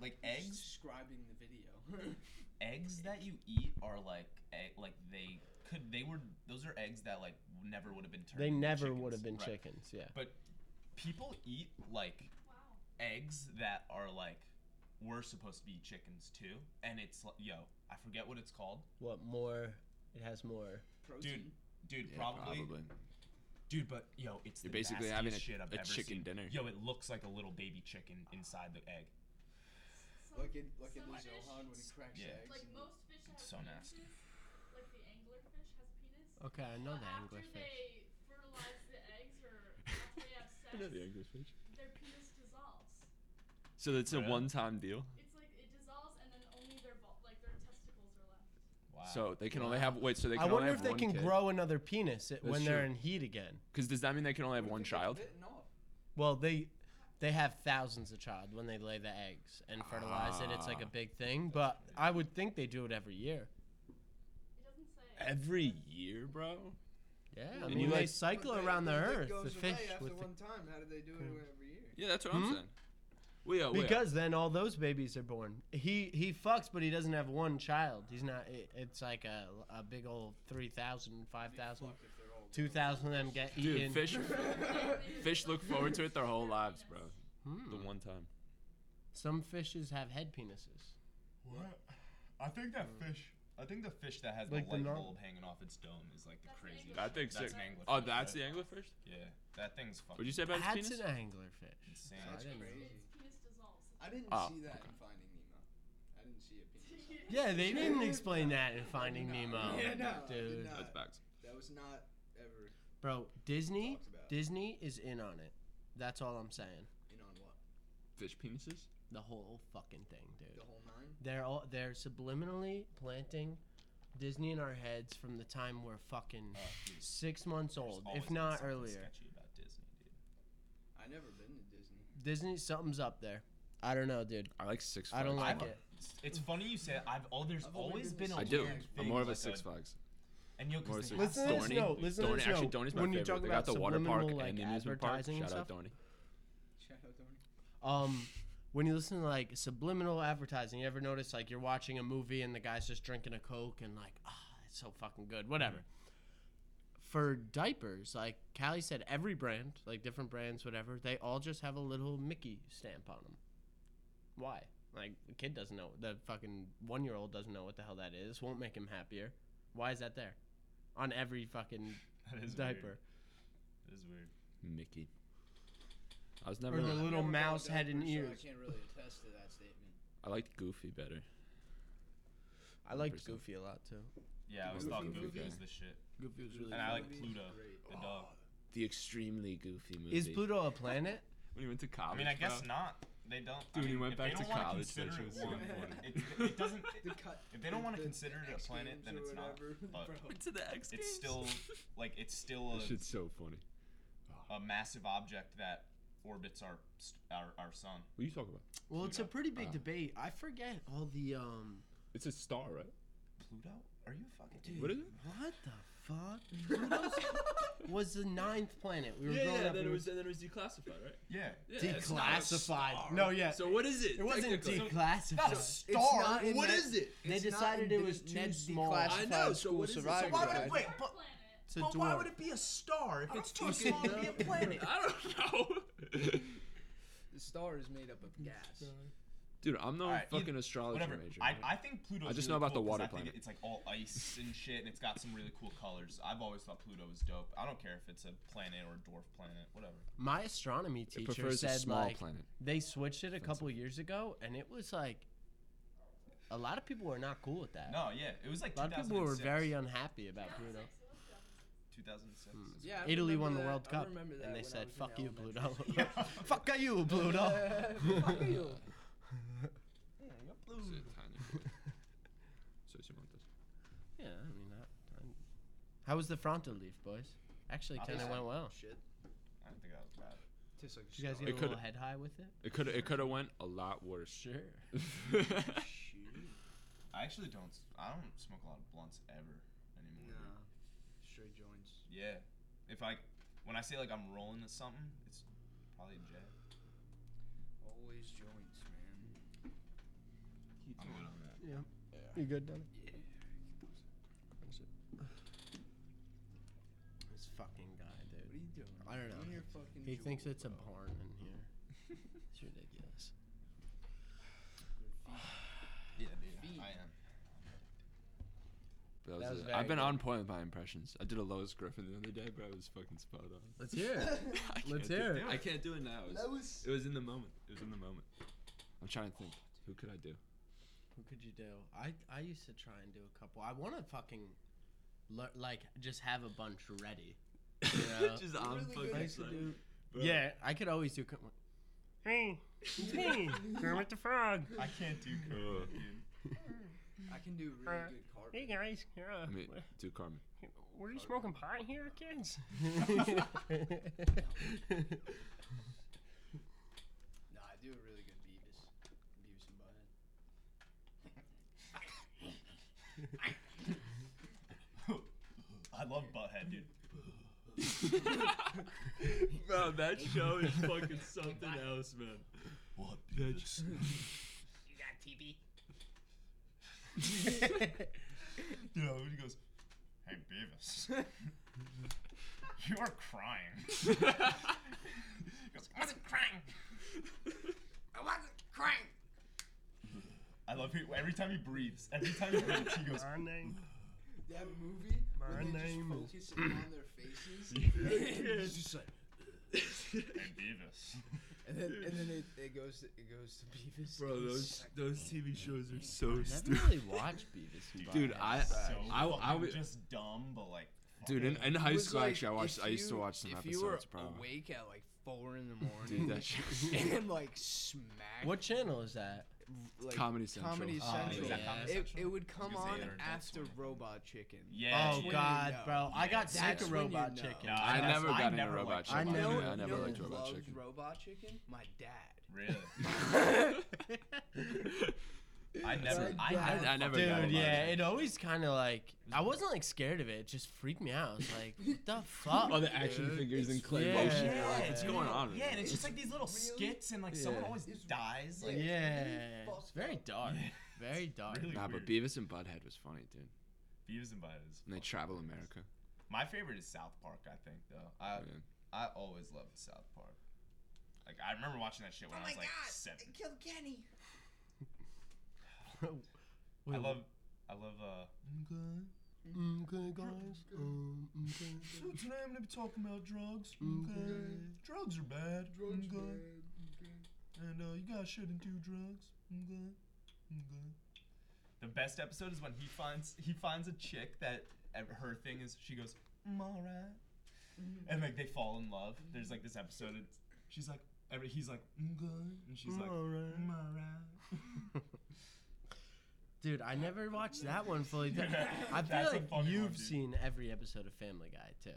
like
Eggs
eggs
describing the video.
eggs that you eat are like egg, like they could they were those are eggs that like never would have been turned
They
into
never
chickens.
would have been
Right.
chickens. Yeah.
But people eat like
Wow.
eggs that are like were supposed to be chickens too and it's like yo, I forget what it's called.
What more? It has more.
Protein.
Dude,
Yeah,
probably, Dude, but yo, it's
You're
the
basically
nastiest
having a-
shit I've
a
ever
chicken
seen.
dinner.
Yo, it looks like a little baby chicken inside the egg.
Some,
Look at look at
some
Liz
fish-
Ohan when he cracks
Yeah.
eggs.
Like
and-
most fish have
so nasty.
penises, Like the anglerfish has a penis.
Okay, Oh, I know
but
the
after
anglerfish.
they fertilize the eggs or after they have sex, their penis dissolves.
So it's a
Yeah.
one-time deal.
It's like it dissolves and then only their bul- like their testicles are
Wow.
left.
So they can only have wait. So they
I
can only
wonder if
have
they
one
can
kid.
grow another penis i- when they're
true.
in heat again.
Because does that mean they can only have
What
one
if it gets
child?
bitten off?
Well, they they have thousands of child when they lay the eggs and fertilize it. It's like a
Ah.
big thing, but I would think they do it every year.
It doesn't say.
Every year, bro.
Yeah, I
And
mean
you,
they
like-
cycle
But they-
around the
but
earth.
It goes
The
away
fish
after
with the,
one time. How did they do it every year?
Yeah, that's what
Hmm?
I'm saying. Wait, uh, wait.
because then all those babies are born. He he fucks, but he doesn't have one child. He's not. It, it's like a, a big old 3,000, 5,000,
Fuck if they're all
2,000 of them get
dude,
eaten.
fish
They- they
fish look
dissolve
forward to it their whole
their
lives,
penis.
bro.
Hmm.
The one time.
Some fishes have head penises.
What? I think that
Hmm.
fish. I think the fish that has
Like the
the light
nor-
bulb hanging off its dome is like the
That's an
craziest.
That thing's
That's
sick.
an anglerfish,
Oh, that's the
right?
anglerfish.
Yeah, that thing's fucking.
What'd you say about his
That's
penis?
an anglerfish.
Insane.
I
That's
didn't know.
crazy.
Its penis dissolves.
I didn't
Ah,
Oh,
see that
okay.
in Finding Nemo. I didn't see a penis.
Yeah, they didn't explain that in Finding
No.
Nemo,
Yeah, no, I did
dude.
not.
That's bags.
That was not ever
Bro, Disney,
talked about.
Disney is in on it. That's all I'm saying.
in on what?
Fish penises.
The whole fucking thing, dude.
The whole nine?
They're all they're subliminally planting Disney in our heads from the time we're fucking
Uh, dude, there's
six months old,
always
if
been
not
something
earlier.
sketchy about Disney, dude.
I never been to Disney.
Disney, something's up there. I don't know, dude.
I like Six
I
Flags.
don't like
I've-
it.
It's- It's funny you say. that. I've all there's
I've only
always
been
been.
to
a
I do.
weird
I'm
thing,
more of a
like
Six Flags.
And yo, 'cause
More of a
they
Six
have
Flags.
Listen to this
Dorney.
note, listen to
Dorney.
this
Actually,
note.
Dorney's my
When you
favorite.
talk
They
about
got the water park
subliminal,
and the
like,
amusement park.
advertising and
Shout out Dorney.
Shout out to
Um, when you listen to like subliminal advertising, you ever notice like you're watching a movie and the guy's just drinking a coke and like, ah, it's so fucking good, whatever. For diapers, like Callie said, every brand, like different brands, whatever, they all just have a little Mickey stamp on them. Why? Like the kid doesn't know. The fucking one year old doesn't know what the hell that is. Won't make him happier. Why is that there? On every fucking
That is
diaper.
Weird. That is weird.
Mickey. I was
Or
never.
the
Really,
little
I've never been
mouse
to
head and
Denver, so
ears.
I can't really attest to that statement.
I liked Goofy better.
I liked
100%.
Goofy a lot too.
Yeah, I always
Goofy
thought
movie
Goofy
guy.
was the shit.
Goofy was really.
And I like
Movie's
Pluto,
great.
the dog.
the extremely Goofy movie.
Is Pluto a planet?
when he went to college?
I mean, I guess
bro?
not. They don't. I
Oh, Dude, he
mean,
went
if
back
they
to
don't wanna
college, that
consider
shit
it
was
so
one,
funny.
It, it doesn't.
The
It,
cut,
if they don't want to
the
consider it
X
a planet,
Games
then
or
it's not.
whatever,
but-
bro.
Went to the X
It's still like it's still
That
a
shit's so funny.
a massive object that orbits our st- our, our sun.
What are you talking about?
Well, it's a
Pluto.
pretty big
Ah.
debate. I forget all the um.
It's a star, right?
Pluto? Are you fucking
What is it?
What the fuck? Pluto was the ninth planet. We were growing up. and we-
and then it was declassified, right?
Yeah.
Yeah, it's not a
declassified.
star.
No, yeah.
So what is it?
it wasn't
technically?
Not a
declassified.
star.
not in
what
that-
is it?
They
It's not
decided
in
it
the
was too
net
small.
I know,
declassified
so
school
what is it? So
survivor
why would it-
guide.
wait,
Our
but-
planet.
It's a
but why
dwarf.
would it be a star if it's too
fucking
small to be a
know.
planet?
I don't know.
The star is made up of gas.
Dude, I'm no
All right,
fucking
either-
astrology
whatever.
major.
I,
right?
I think Pluto.
I just know about the water planet.
It's like all ice and shit, and it's got some really cool colors. I've always thought Pluto was dope. I don't care if it's a planet or a dwarf planet, whatever.
My astronomy
it
teacher
prefers a
said
small
like
planet.
they switched it a couple years ago, and it was like a lot of people were not cool with that.
No, yeah, it was like
a lot of people were
2006.
very
uh,
unhappy about Pluto.
2006.
Yeah, I
Italy won the
remember
World
that- I
Cup,
remember that
and they
when I
said,
was in
"Fuck you, Pluto.
elementary
Hmm.
Fuck you, Pluto."
school. Fuck you.
It's a tiny boy. So you want this?
yeah, I mean that. I'm- How was the frontal leaf, boys? Actually, kind of
Obviously.
went well.
Shit.
I don't think that was bad.
Tastes like
Did you guys
skunk.
get
It
a little
coulda-
head high with it?
It could it could have went a lot worse.
Sure.
Shoot.
I actually don't. s- I don't smoke a lot of blunts ever anymore.
Nah. Straight joints.
Yeah. If I, when I say like I'm rolling to something, it's probably a jet.
Always joints, man.
I'm good on that.
You good, Don?
Yeah.
This fucking guy, dude.
What are you doing?
I don't know.
Doing your fucking
He thinks
jewel,
it's a
bro.
barn in here. It's ridiculous.
Yeah, dude.
Feet.
I am.
That was
That was
it.
very
I've been
good.
on point with my impressions. I did a Lois Griffin the other day, but I was fucking spot on.
Let's hear it.
I can't
Let's
do
hear it.
I can't do it now. It was,
That was.
it was in the moment. It was in the moment. I'm trying to think. Who could I do?
Who could you do? I I used to try and do a couple. I want to fucking, lear- like, just have a bunch ready. Yeah.
Just on
really good
fucking
at
site.
do-
Bro.
Yeah, I could always do. Com- hey, it's me, Kermit the Frog.
I can't do
Ugh.
coke, dude.
I can do really good cartwheels.
Hey guys, uh,
I mean, do Carmen.
were you smoking pot here, kids?
No, I do a really good Beavis. Beavis and Butthead.
I love Butthead, dude.
Bro, that show is fucking something else, man.
What?
You got TV?
You know, he goes, "Hey Beavis, you are crying." he goes, "I wasn't crying. I wasn't crying." I love it. Every time he breathes, every time he breathes, he goes.
My name.
That movie
My
where they
name
just focus on their faces,
He's just like, "Hey Beavis."
and then and then it, it goes to, it goes to Beavis.
Bro,
and
those
Sack-
those TV shows are so
I
stupid.
never really watched Beavis and
Dude,
Butthead.
I,
So
I,
fucking
I, would-
just dumb, but like.
dude, in,
fucking-
in high
It was
school,
like,
actually, I watched.
if
I used to
you-
watch some
if
episodes.
you were
probably.
awake at like four in the
Dude,
morning,
that shit.
and like smack.
what channel is that?
Like,
Comedy Central.
Comedy
Oh, yeah.
Central.
Is that
Comedy
It, it
Central?
would come
I was gonna
on
say they're adult
after
sort of.
Robot Chicken.
Yeah.
oh
dude.
God,
know.
bro! I got
Yeah.
sick
That's
of
when you
Robot
know.
Chicken.
No,
I
that's-
never got into
never
Robot
liked
Chicken.
I
You know
never-
who-
I
you
never
know
liked
who
Robot
loved
Chicken.
Robot Chicken? My dad. Oh
Really? I
That's
never.
like
I,
that.
never
I never
fucking
got
liked
Dude,
it.
yeah, it always kind of like I wasn't like scared of it. It just freaked me out. I was like, what the fuck?
Oh, the action figures and
Yeah.
claymation.
Yeah.
You're like, What's
dude.
going on? right
Yeah, and
now?
it's just like these little skits, and like someone
Yeah.
always dies. Like,
yeah,
fucked
it's very
up.
dark, very dark.
Really
Nah, but
weird.
Beavis and Butthead was funny, dude.
Beavis and Butthead is
And they
fucking
travel
hilarious.
America.
My favorite is South Park, I think, though. I
Yeah.
I always loved South Park. Like I remember watching that shit when I was like seven.
killed Kenny.
I love I love uh
Mm,
Okay, guys. Um, okay.
So today I'm gonna be talking about drugs.
Mm,
Okay.
Drugs are bad. And uh, you guys shouldn't do drugs. Okay. Okay. The best episode is when he finds he finds a chick that ev- her thing is she goes, "Mm, all right," and like they fall in love. There's like this episode. It's, she's like, every he's like, okay, and she's like, all right.
Mm-hmm.
Mm, all right.
Dude, I never watched that one fully. Th-
Yeah,
I feel
that's a
like
funny one,
you've
dude.
seen every episode of Family Guy too.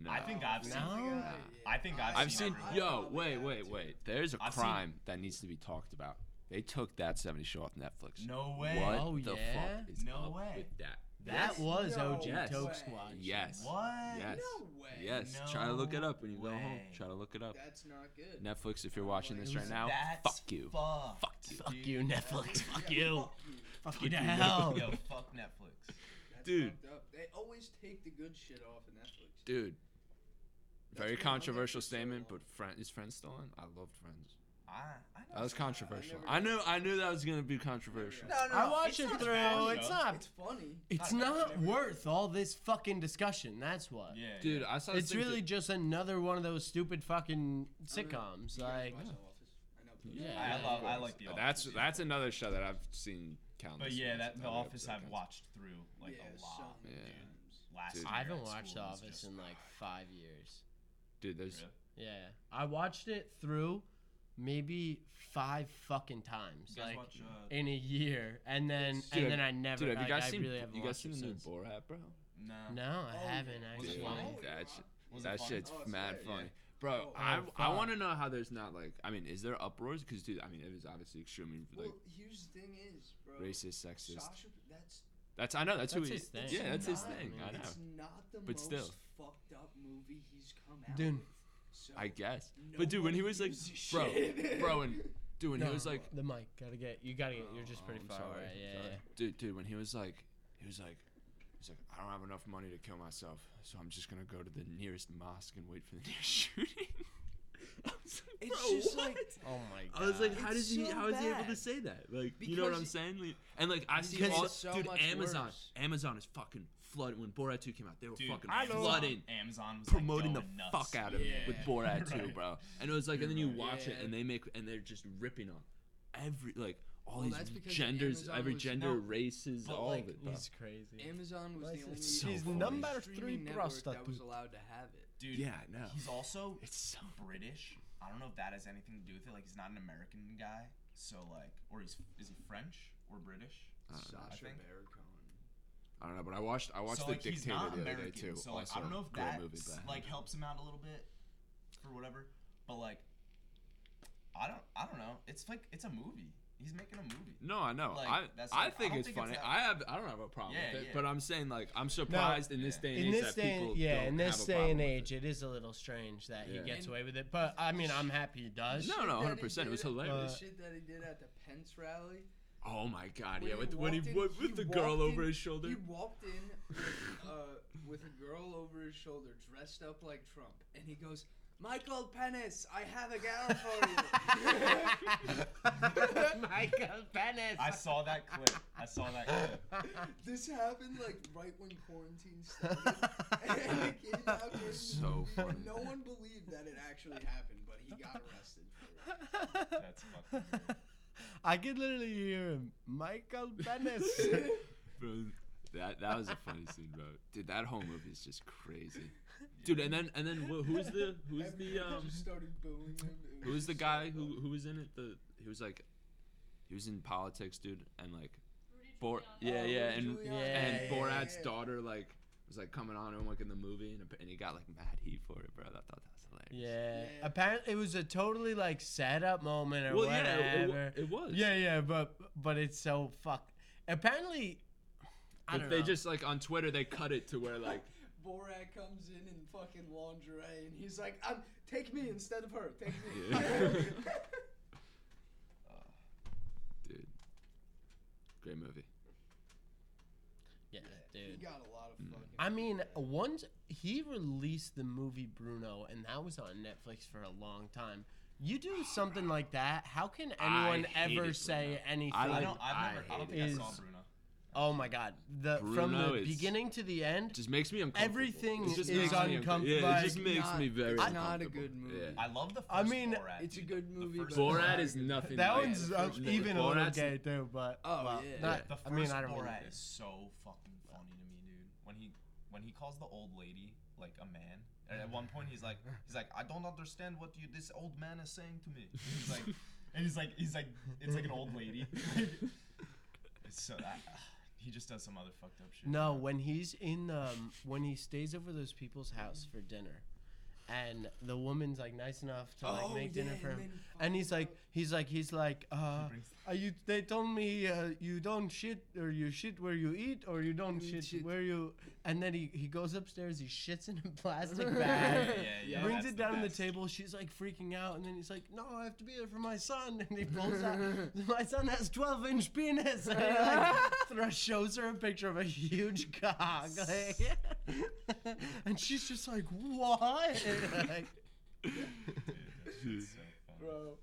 No.
I think I've seen.
No.
I think I've
I've
seen
seen.
everyone.
Yo, wait, wait, wait. There's a
I've seen-
crime that needs to be talked about. They took that 70 show off Netflix.
No way.
What
Oh,
the
yeah?
fuck is
No
up
way.
with that?
That was
No
OG
way.
Toke Squad.
Yes.
What?
Yes.
No way.
Yes. Try to look it
No
up when you go home.
way.
Try to look it up.
That's not good.
Netflix, if you're watching this right
Who's
now,
That's
fuck you.
Fucked.
Fuck you.
Fuck you, Netflix. Fuck you.
Fuck you.
Fuck you to hell.
Yo, fuck Netflix.
That's
Dude.
fucked up. They always take the good shit off of Netflix. why
Dude.
I
Very
don't think
controversial
it's so
statement,
long.
but friend is Friends still on? I loved Friends.
I I, I know
That was
it's-
controversial.
never-
I knew I knew that was gonna be controversial.
No, no,
I
no,
watched
it's
it
not
through.
bad,
it's
though.
Ah.
not.
It's funny.
It's
I- I
not
never-
worth all this fucking discussion. That's what.
Yeah,
Dude,
yeah.
I saw. this
It's
thing that-
really just another one of those stupid fucking sitcoms. Like, yeah.
I, love. I like the.
But
Office.
that's that's another show that I've seen countless.
But yeah,
times.
that the
Every
Office
episode
I've
counts.
watched through like a lot.
Yeah.
Last
Dude.
year
I
I
at
haven't watched The
school was
Office
just-
in like five years.
Dude, there's
Really?
Yeah, I watched it through maybe five fucking times,
You guys
like
watch, uh,
in a year, and then
Dude,
and then
have-
I never.
Dude, have
like,
you guys
I
seen
really haven't
you guys
watched
seen
it
the new
since.
Borat, bro?
no.
No, I
Oh,
haven't
Was it
actually.
funny? That shit,
Was it
that
funny?
shit's
Oh, it's
mad
great, yeah.
funny, bro.
Oh,
I
fuck.
I want to know how there's not like I mean, is there uproars? Because dude, I mean, it was obviously extremely like
Well, here's the thing is, bro.
racist, sexist.
Sasha, that's
That's I know that's, who
That's
he
his thing.
Yeah, that's his
not-
thing. I know.
It's not the
But
most
still.
fucked up movie he's come out.
Dude.
with, so
I guess.
no
But dude, when
one
he was like,
gives a
bro,
shit.
bro, and dude, when he was
No,
like,
the mic. Gotta get you. Gotta get. You're just
Oh,
pretty
I'm
far
sorry,
away.
I'm
Yeah,
sorry.
yeah.
dude, dude, when he was like, he was like, he's like, I don't have enough money to kill myself, so I'm just gonna go to the nearest mosque and wait for the next shooting. I was like,
It's
bro,
just
what?
like-
Oh my god.
I was like, how
It's
does he?
so
how is he able to
bad.
say that? Like, you know what
Because
I'm
it-
saying? Like, and like, I see
Because
all,
it's so
dude,
much
Amazon,
worse.
Amazon is fucking flooded. When Borat 2 came out, they were
Dude,
fucking
Amazon-
flooding
Amazon was
promoting
like,
the
going nuts.
fuck out of it with
Yeah.
Borat too,
Right.
bro. And it was like, and then you
You're
watch it,
Yeah.
and they make, and they're just ripping on every like all
Well, that's
these
because
genders,
Amazon
every
was-
gender,
no,
races,
but,
all
like,
of it, bro.
He's crazy.
Amazon was the only
It's so
She's
streaming
number
three
network that was
prostitute.
allowed to have it.
Dude,
Yeah, no,
He's also
it's so.
British. I don't know if that has anything to do with it. Like, he's not an American guy, so like, or he's is he French or British?
I don't know.
Sasha
think-
Baron Cohen.
I don't know, but I watched, I watched
so,
the
like, he's
Dictator
not
the other day
American,
too.
So like,
also,
I don't know if
great
that
movie, but I
like
haven't-
helps him out a little bit or whatever. But like, I don't, I don't know. It's like it's a movie. He's making a movie.
No, I know.
Like,
I
that's
I
like- I
think
don't
it's
think it's
funny.
that-
I have I don't have a problem
Yeah,
with it,
yeah.
but I'm saying like I'm surprised in this
Yeah.
day and
in
age
this
that
day,
people
yeah,
don't
in this
have a
day
problem
and
with
age,
it.
it is a little strange that he
Yeah.
gets
And-
away with it. But I mean, I'm happy he does.
No, no,
Shit that he
100%, it was
did at-
hilarious.
The shit that he did at the Pence rally.
Oh my god,
when
yeah,
he
with when he
walked in,
with,
he
with the girl
walked
over
in-
his shoulder.
He walked in with, uh, with a girl over his shoulder, dressed up like Trump, and he goes, "Michael Penis, I have a gal for you."
Michael Bennett.
I saw that clip. I saw that clip.
this happened like right when quarantine started. and it came out during the
So
movie, and
funny.
No one believed that it actually happened, but he got arrested. For it.
That's fucking great.
I could literally hear him, Michael Bennett.
Bro, that that was a funny scene, bro. Dude, that whole movie is just crazy. Dude, and then and then wh- who's the who's the
Everyone
um
just started booing him. It
who's the
just oh, so
guy
funny.
who who was in it? The he was like he was in politics, dude, and like Bor yeah
Oh,
yeah
Rudy
and
Giuliani.
and
Yeah,
Borat's
yeah.
daughter like was like coming on him like in the movie and, and he got like mad heat for it, bro. I thought that was hilarious.
yeah.
Yeah.
Apparently, it was a totally like setup moment or
Well, yeah, it- it,
whatever.
wa- it was.
yeah, yeah, but but it's so fuck. Apparently, I
But
don't
they
know.
just like on Twitter they cut it to where like
Borat comes in in fucking lingerie and he's like, "I'm take me instead of her. Take me."
Yeah. dude, great movie.
yeah,
he
dude.
got a lot of
Mm.
fucking.
I mean, once he released the movie Bruno, and that was on Netflix for a long time. You do something like that, how can
I
anyone
hated
ever
Bruno.
say anything?
I
I
like-
don't. I've never. I, don't think I saw
is-
Bruno.
oh my god! The from
Bruno
the
is-
beginning to the end,
It just makes me uncomfortable.
Everything
It just
is
makes me
uncom-
uncom- Yeah, it
like-
just makes
Not-
me very.
it's not a
uncomfortable.
good movie.
Yeah.
I love the first
I mean,
Borat.
it's a
dude.
good
The
movie,
first
but-
Borat is nothing.
That
like
one's
the
uh,
first movie.
even a little
Borat's-
gay too, but
Oh,
well,
yeah.
not-
The first
I mean, I don't
Borat
really
is so fucking funny to me, dude. When he when he calls the old lady like a man, and at one point he's like he's like I don't understand what you this old man is saying to me. And he's like and he's like he's like it's like an old lady. it's so I, he just does some other fucked up shit.
No, when he's in, um, when he stays over those people's house for dinner, and the woman's like nice enough to like
Oh,
make dinner
yeah,
for
and
him,
then
and
fucking
he's like,
go-
he's like, he's like, uh,
brings-
are you? They told me uh, you don't shit or you shit where you eat or you don't
You
shit,
shit.
where you. And then he he goes upstairs, he shits in a plastic
Yeah,
bag.
yeah, yeah,
brings
that's
it down on the
best.
table. She's like freaking out, and then he's like, "No, I have to be there for my son." And he pulls out, "My son has 12 inch penis." And he like thro- shows her a picture of a huge cock, like, and she's just like, "What?" Like,
Dude, that's so funny.
bro.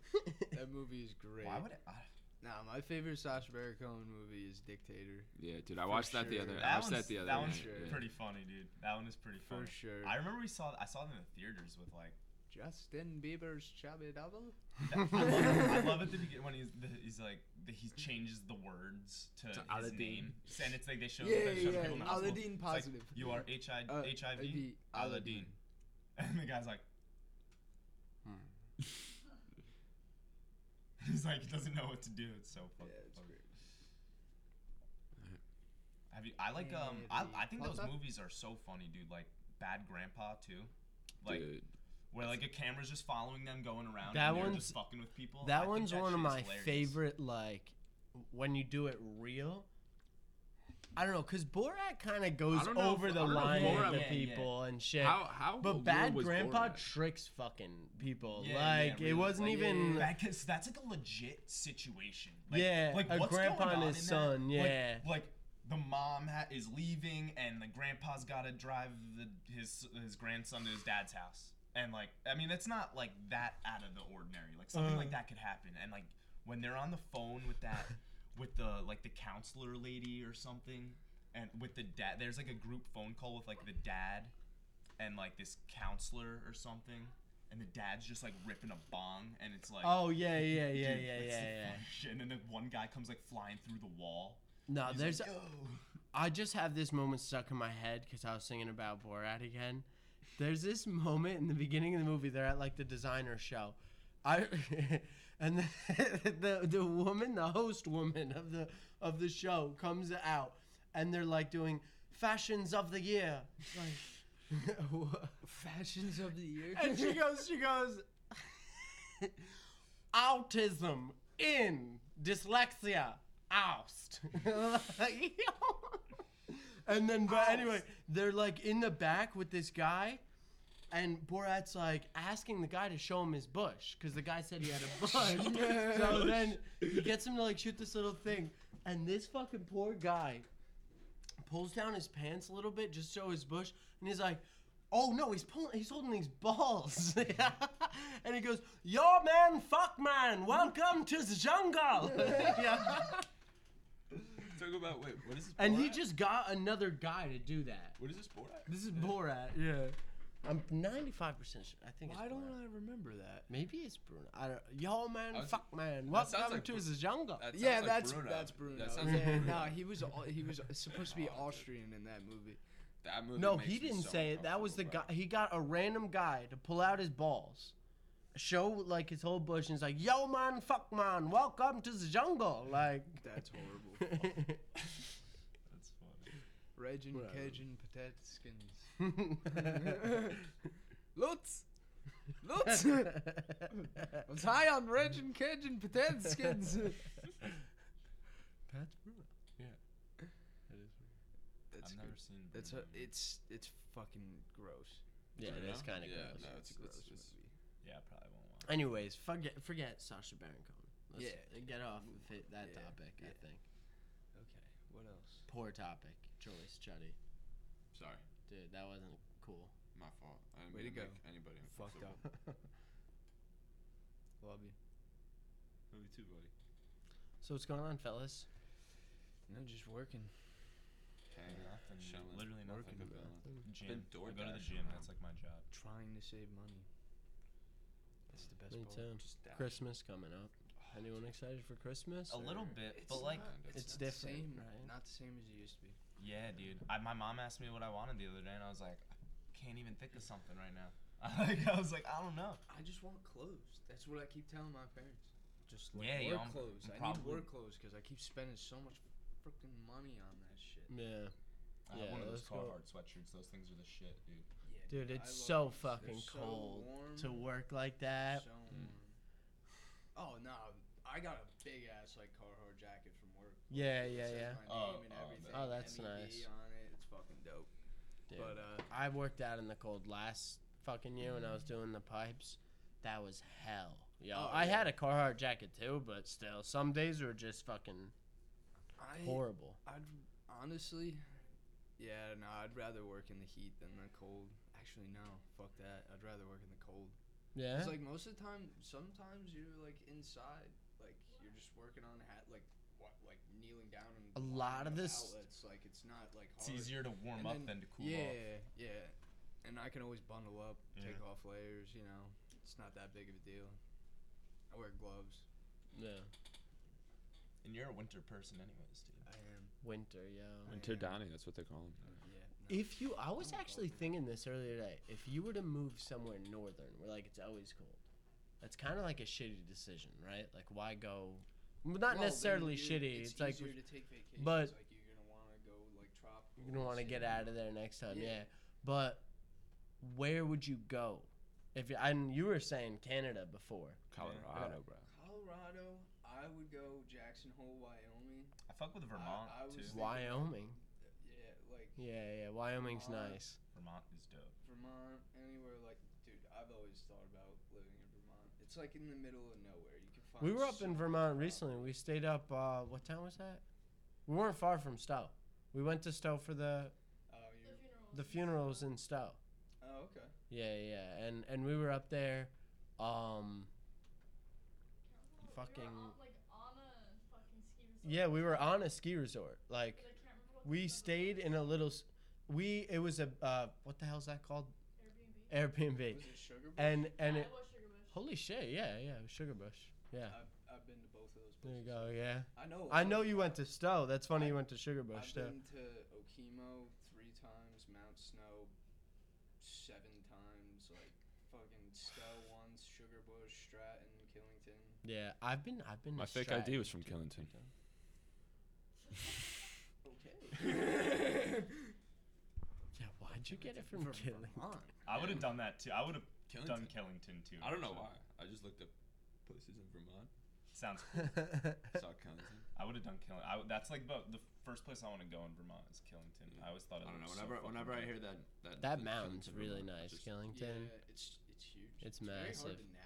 That movie is great.
Why would it? ah, I,
Nah, my favorite Sacha Baron Cohen movie is Dictator.
Yeah, dude, I watched that the
sure.
other. I
that
watched
one's-
that the other.
That one's
night, yeah.
pretty funny, dude. That one is pretty
For
funny.
sure.
I remember we saw. I saw them in the theaters with like.
Justin Bieber's Chubby Double.
that- I, love, I love at the beginning when he's the, he's like the, he changes the words to,
To
his
Aladdin.
name, and it's like they show,
Yeah,
they show
yeah,
the people in the hospital.
Aladdin
It's like,
positive.
you are H I
Uh,
H I V
IV,
Aladdin,
Aladdin.
and the guy's like.
Hmm.
He's like he doesn't know what to do. It's so
Yeah,
fucking.
it's
funny.
great.
Have you? I like um. I,
Maybe.
I think
What's
those
up?
movies are so funny, dude. Like Bad Grandpa too. Like
Dude,
where like a camera's just following them going around.
That
and they're
one's-
just fucking with people. I
That
think
one's one
shit
of
is
my
hilarious.
favorite. Like when you do it real. I don't know, cause Borat kind of goes
I don't know if-
over the
I don't know if
line
Borat-
with
Yeah, yeah.
people and shit.
how how
but
old
Bad
was
Grandpa
Borat?
tricks fucking people.
Yeah, yeah,
like
really.
it wasn't
Like,
even.
That, cause that's like a legit situation. Like,
Yeah,
like
a
what's
grandpa
going
and
on
his
in
son,
That? Like-
yeah.
Like, the mom ha- is leaving, and the grandpa's got to drive the, his his grandson to his dad's house. And like, I mean, that's not like that out of the ordinary. Like something
Uh.
like that could happen. And like when they're on the phone with that, with the like the counselor lady or something, and with the dad, there's like a group phone call with like the dad and like this counselor or something. And the dad's just like ripping a bong, and it's like,
Oh yeah, yeah, yeah,
Dude,
yeah,
that's
yeah,
the
yeah.
funny shit. And then the one guy comes like flying through the wall.
No,
He's
there's.
like,
I
"Yo."
just have this moment stuck in my head because I was thinking about Borat again. There's this moment in the beginning of the movie. They're at like the designer show. I and the, the the woman, the host woman of the of the show, comes out, and they're like doing fashions of the year. Like, what?
Fashions of the year.
and she goes, she goes, autism in dyslexia oust. Like, and then, but anyway, they're like in the back with this guy. And Borat's like asking the guy to show him his bush because the guy said he had a bush. so then he gets him to like shoot this little thing, and this fucking poor guy pulls down his pants a little bit just to show his bush, and he's like, "Oh no, he's pulling, he's holding these balls," and he goes, "Yo man, fuck man, welcome to the jungle." Yeah.
Talk about wait, what is this?
And he
Borat?
just got another guy to do that.
What is this Borat?
This is Borat. Yeah, I'm 95 percent sure. I think.
Why
it's
don't
Borat.
I remember that?
Maybe it's Bruno. I don't. Yo man,
I was-
fuck man,
that sounds
welcome
like
to
Bru-
the jungle.
That sounds
yeah,
like
that's
Bruno.
that's Bruno.
That sounds
yeah,
like Bruno. Oh,
nah, he was au- he was supposed to be Austrian in that movie.
That movie
No,
makes me
he didn't
so
say it. That was the guy.
uncomfortable,
He got a random guy to pull out his balls, show like his whole bush, and he's like, "Yo, man, fuck, man, welcome to the jungle." Like,
That's horrible.
That's funny.
Raging
Whatever.
Cajun potato skins.
Lutz.
Lutz! was high on Raging Cajun potato skins.
That's Bruno.
that's
I've
good.
never seen.
That's a,
Bruno.
it's it's fucking gross.
Yeah, it is kind of
yeah,
gross.
No, it's,
gross
it's, it's,
movie.
yeah, I probably won't watch.
Anyways, forget forget Sasha Baron Cohen. Let's
Yeah.
get off of it, that
Yeah,
topic.
yeah.
I think
Okay, what else?
poor topic choice, Chuddy.
sorry,
Dude, that wasn't cool.
my fault. I didn't
Way
mean
to
make Anybody
Fucked
uncomfortable.
up. Love you.
Love you too, buddy.
So what's going on, fellas?
No, just working.
Hanging,
Nothing.
chilling,
Literally
working
nothing.
about it.
Gym.
Been
I go to the
DoorDash
gym.
around.
That's like my job.
Trying to save money. That's the best
Me
part.
too.
Just dash.
Christmas coming up. Anyone excited for Christmas?
A
or-
little bit,
It's
but like,
not-
It's
not the
different,
same-
right?
Not the same as it used to be.
yeah, dude. I, my mom asked me what I wanted the other day, and I was like, I can't even think of something right now. Like, I was like, I don't know.
I just want clothes. That's what I keep telling my parents. Just like
Yeah, yeah,
work
I'm-
clothes.
I'm
i need
probably-
work clothes because I keep spending so much freaking money on that shit.
Yeah.
I have
Yeah,
one of those
let's go.
Carhartt sweatshirts. Those things are the shit, dude.
Yeah,
Dude, it's
I
so
love these. They're
fucking
so
cold
warm,
to Mm. work like that.
so warm. Oh no, I got a big ass like Carhartt jacket from work.
Yeah,
It
yeah,
says
yeah.
my
Oh,
name and
oh,
everything,
Oh, that's
MEB
nice.
On it, it's fucking dope.
Dude.
But uh,
I worked out in the cold last fucking year when I was doing the pipes. That was hell. Yo,
Oh,
I
yeah.
had a Carhartt jacket too, but still, some days were just fucking
I
horrible.
I'd honestly, yeah, no, I'd rather work in the heat than the cold. Actually, no, fuck that. I'd rather work in the cold.
Yeah.
It's like most of the time, sometimes you're like inside, like you're just working on hat, like what, like kneeling down and
A
blocking
lot of
up
this-
Outlets, like it's not like
It's
hard.
easier to warm
And
up
then-
than to cool
yeah,
off.
Yeah, yeah, and I can always bundle up,
Yeah.
take off layers. You know, it's not that big of a deal. I wear gloves.
yeah.
And you're a winter person, anyways, dude.
I am.
Winter, yeah.
Winter dining, that's what they call them.
Yeah. no.
If you, I was
I'm a
actually
golfer.
thinking this earlier today. If you were to move somewhere northern, where like it's always cold, that's kind of like a shitty decision, right? Like, why go? Well, Not
Well, then
necessarily
you-
shitty. It's,
It's,
like
easier to take vacations.
but-
like you're gonna want to go like tropical.
you're gonna want to
shit,
get
you
out
know?
of there next time, yeah.
Yeah.
But where would you go? If you, and you were saying Canada before,
Colorado, bro.
Colorado, I would go Jackson Hole, Wyoming.
I fuck with Vermont
I was
too.
thinking-
Wyoming.
Yeah, like
Yeah, yeah. Wyoming's
Vermont.
nice.
Vermont is dope.
Vermont, anywhere like dude, I've always thought about living in Vermont. It's like in the middle of nowhere. You can find
We were up in
so-
Vermont recently. We stayed up. Uh, what town was that? We weren't far from Stowe. We went to Stowe for the
Oh,
The
you're,
funeral.
the funerals in Stowe.
oh okay.
Yeah, yeah, and and we were up there. Um,
We were
fucking-
on, like, on a fucking ski resort.
yeah, we were on a ski resort. Like
But I can't remember what the name
we
of it
stayed
was.
in a little. s- We it was a uh, what the hell's that called?
Airbnb.
Airbnb.
Was it Sugar Bush?
And and
yeah,
it,
it was Sugar Bush.
holy shit, yeah, yeah, it was Sugarbush. Yeah,
I've, I've been to both of those
there you
places.
go. Yeah,
I know. a
I
lot
know
of
you went to Stowe. That's funny
I-
you went to Sugarbush
I've
too.
been to Okemo three times, Mount Snow seven times, like fucking Stowe once, Sugarbush, Stratton, Killington.
Yeah, I've been I've been.
My
to
fake
Stratton.
ID was from Killington.
Okay.
Yeah, why'd you get it from Killing?
I would have done that too. I would have
Killington.
done Killington too.
I don't know
actually.
why. I just looked up places in Vermont.
Sounds.
Saw Killington.
I would have done Killington. I would- that's like about the first place I want to go in Vermont is Killington. I always thought
I
it
don't know.
looked so
Whenever,
fucking
whenever I
dope.
hear that, that,
That
the
mountain's
Killington,
really
Vermont, I
nice,
just-
Killington.
yeah, it's it's huge.
It's
Very
massive.
hard to navigate.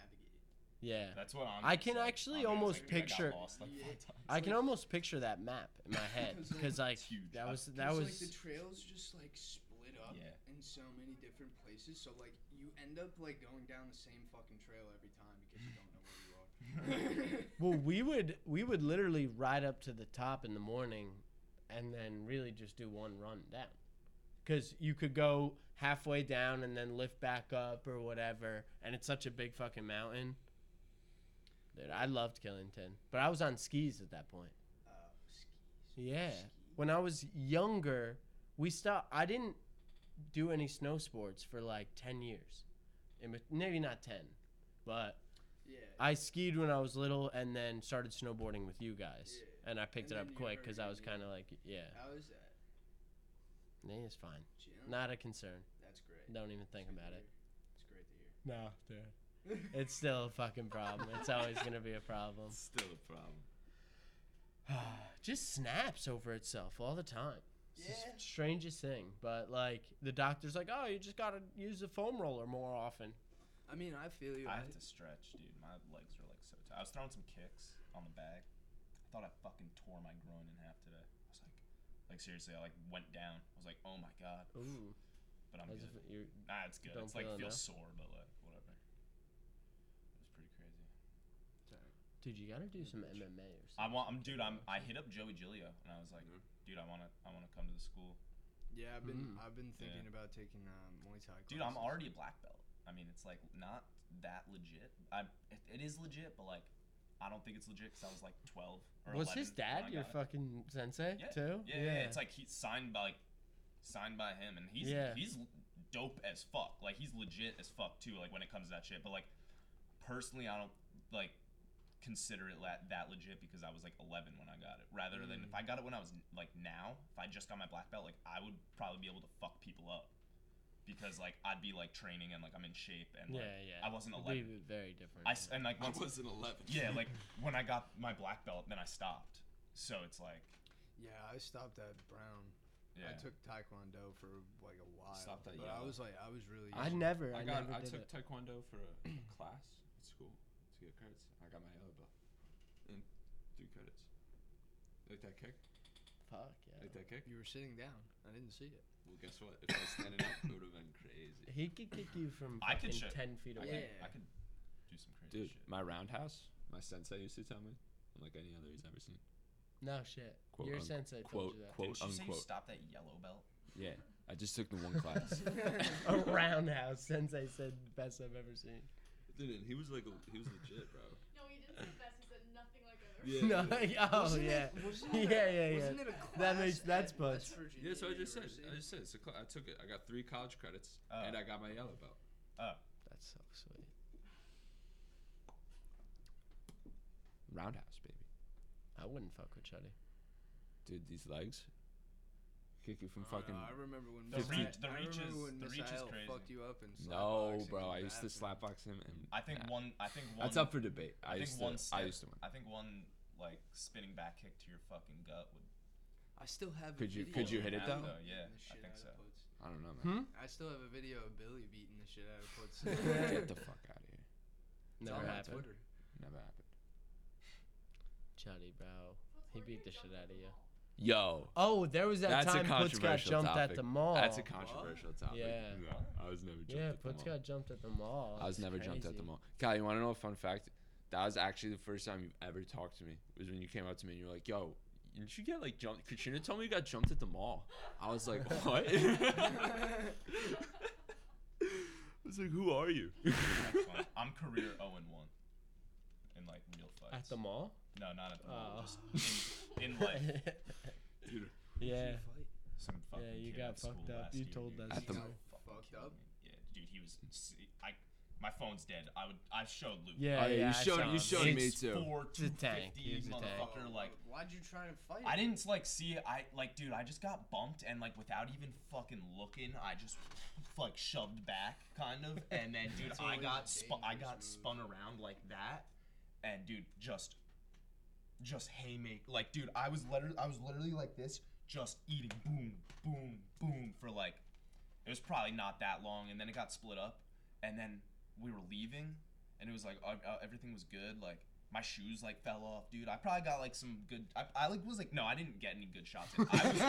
Yeah.
That's what I'm
I can
saying.
actually
I'm
almost
saying, like, I got
picture-
lost, like,
Yeah.
four times.
I can almost picture that map in my head
Because, like,
because like
it's huge.
that
I-
was that
'Cause,
was
like the trails just like split up
Yeah.
in so many different places. So like you end up like going down the same fucking trail every time because you don't know where you are.
well we would we would literally ride up to the top in the morning and then really just do one run down because you could go halfway down and then lift back up or whatever and it's such a big fucking mountain dude i loved killington but i was on skis at that point
Uh, skis.
Yeah.
Ski.
when I was younger, we stopped. I didn't do any snow sports for like ten years, In bet- maybe not ten, but
Yeah.
I skied when I was little, and then started snowboarding with you guys,
Yeah.
and I picked
And
it
then
up
you
quick
were
because I was
really-
kind of like, yeah,
How is that?
nah, it's fine,
Jim?
not a concern.
That's great.
Don't even think
It's good
about
to
it.
hear. It's great to hear.
No, dude. It's still a fucking problem. It's always gonna be a problem.
Still a problem.
Just snaps over itself all the time. It's the
Yeah.
strangest thing, but like the doctor's like, oh, you just gotta use the foam roller more often.
I mean, I feel you.
I have to stretch, dude. My legs are like so tight. I was throwing some kicks on the bag. I thought I fucking tore my groin in half today. I was like, like seriously, I like went down. I was like, oh my god.
Ooh,
But I'm
as
good.
if you're
Nah, it's good.
don't
It's like
feel it
feels
now?
sore, but like whatever. It was pretty crazy.
Dude, you gotta do some MMA or something.
I want. I'm dude. I'm. I hit up Joey Gilio and I was like, dude, I wanna. I wanna come to the school.
Yeah, I've been
Mm.
I've been thinking about taking uh, Muay Thai. Classes.
Dude, I'm already a black belt. I mean, it's like not that legit. I. It, it is legit, but like, I don't think it's legit because I was like 12 or
Was his
11 when
dad
I
your
got it.
fucking sensei
Yeah,
too?
Yeah, yeah, yeah, it's like he's signed by like, signed by him, and he's
Yeah.
he's dope as fuck. Like he's legit as fuck too. Like when it comes to that shit, but like personally, I don't like consider it la- that legit because I was like 11 when I got it. Rather than
Mm.
if I got it when I was like now, if I just got my black belt, like I would probably be able to fuck people up because like I'd be like training and like I'm in shape and
yeah,
like
yeah.
I wasn't
It'd be
11.
very different.
I s- and like
I
once
wasn't 11.
yeah, like when I got my black belt, then I stopped. So it's like
Yeah, I stopped at Brown.
yeah.
I took Taekwondo for like a while.
Stopped at
but I
yellow.
was like, I was really.
I never. I,
I got. I
never did
took
it.
taekwondo for a, a class at school to get credits. I got my yellow belt and three credits. Like that kick.
puck. Yeah.
Like that kick?
You were sitting down. I didn't see it.
Well, guess what? If I was standing up, it would have been crazy.
He could kick you from
I could
fucking
show-
ten feet
I
away.
could,
Yeah.
I could do some crazy
Dude,
shit.
my roundhouse, my sensei used to tell me, unlike any other he's ever seen.
No shit.
Quote,
Your
un-
sensei
quote,
told you that.
quote,
Didn't you say you
unquote.
stopped that yellow belt?
Yeah, I just took the one class.
A roundhouse sensei said best I've ever seen.
Dude, and he was like, he was legit, bro.
No, he didn't say best. He said nothing like I've ever.
Yeah.
No, like, oh
Wasn't it-
yeah,
wasn't
yeah,
it a-
yeah, yeah.
Wasn't it a
That makes-
class
that's
at
buzz.
West Virginia
Yeah, so I just said,
University?
I just said, it's a cl- I took it. I got three college credits,
Oh.
and I got my yellow belt.
That's so sweet.
roundhouse, baby.
I wouldn't fuck with Chuddy.
Dude, these legs kick you from
Oh, no,
fucking.
I remember when
The
Miss
reach-
I-
the
I remember
reach is-
when
the
Miss
reach is
Isle
crazy.
fucked you up and
No,
slapboxing
bro,
in
I
the
used to
bathroom.
slapbox him, and
I think
nah.
one. I think one.
That's up for debate. I,
I, think
used
one
to.
step,
I used to win.
I think one like spinning back kick to your fucking gut would.
I still have.
Could
a
you-
video
could you
of
hit it,
Billy
though?
beating the
Yeah, I
shit
think
out of
so.
Putz.
I don't know, man.
Hmm?
I still have a video of Billy beating the shit out of Putz.
Get
it's
the fuck out of here.
Never
on my
happened.
Twitter.
Never happened.
Chuddy, bro. He beat the shit out of you.
Yo,
Oh, there was that
That's a
time Putz got
controversial
jumped at
topic.
the mall.
that's a controversial topic.
Oh, Yeah.
No, I was never jumped
yeah,
at the
Putz
mall.
got jumped at the mall.
I was
That's
never jumped at
crazy.
the mall. Kyle, you want to know a fun fact? That was actually the first time you've ever talked to me. Was when you came up to me and you were like, "Yo, didn't you get like jumped?" Katrina told me you got jumped at the mall. I was like, "What?" I was like, "Who are you?"
That's fun. I'm career 0 and 1 in like real fights.
At the mall?
no, not at the mall.
Oh.
Just in, in like
Dude,
yeah.
some fucking
you
kid
got
at school
fucked up.
last
You
year,
told
dude.
us
He
At the
was
mall.
fucking
Fucked
killing
up?
me. Yeah, dude, he was. I my phone's dead. I would. I showed Luke.
Yeah,
Oh, yeah, you
yeah, I
showed-
saw
you
him.
showed me.
Six,
too.
Four,
He's a tank.
250,
He's a tank.
motherfucker. Like
Oh, why'd you try and fight?
I
him?
didn't like see it. I like, dude, I just got bumped and like without even fucking looking, I just like shoved back kind of, and then dude,
That's
I
always
got
a
spun, I
dangerous
got
move.
spun around like that, and dude, just, just haymaker. Like, dude, I was literally, I was literally like this, just eating boom, boom, boom for like, it was probably not that long, and then it got split up, and then we were leaving, and it was like uh, uh, everything was good. Like my shoes like fell off, dude. I probably got like some good. I, I like was like no, I didn't get any good shots. in. I was,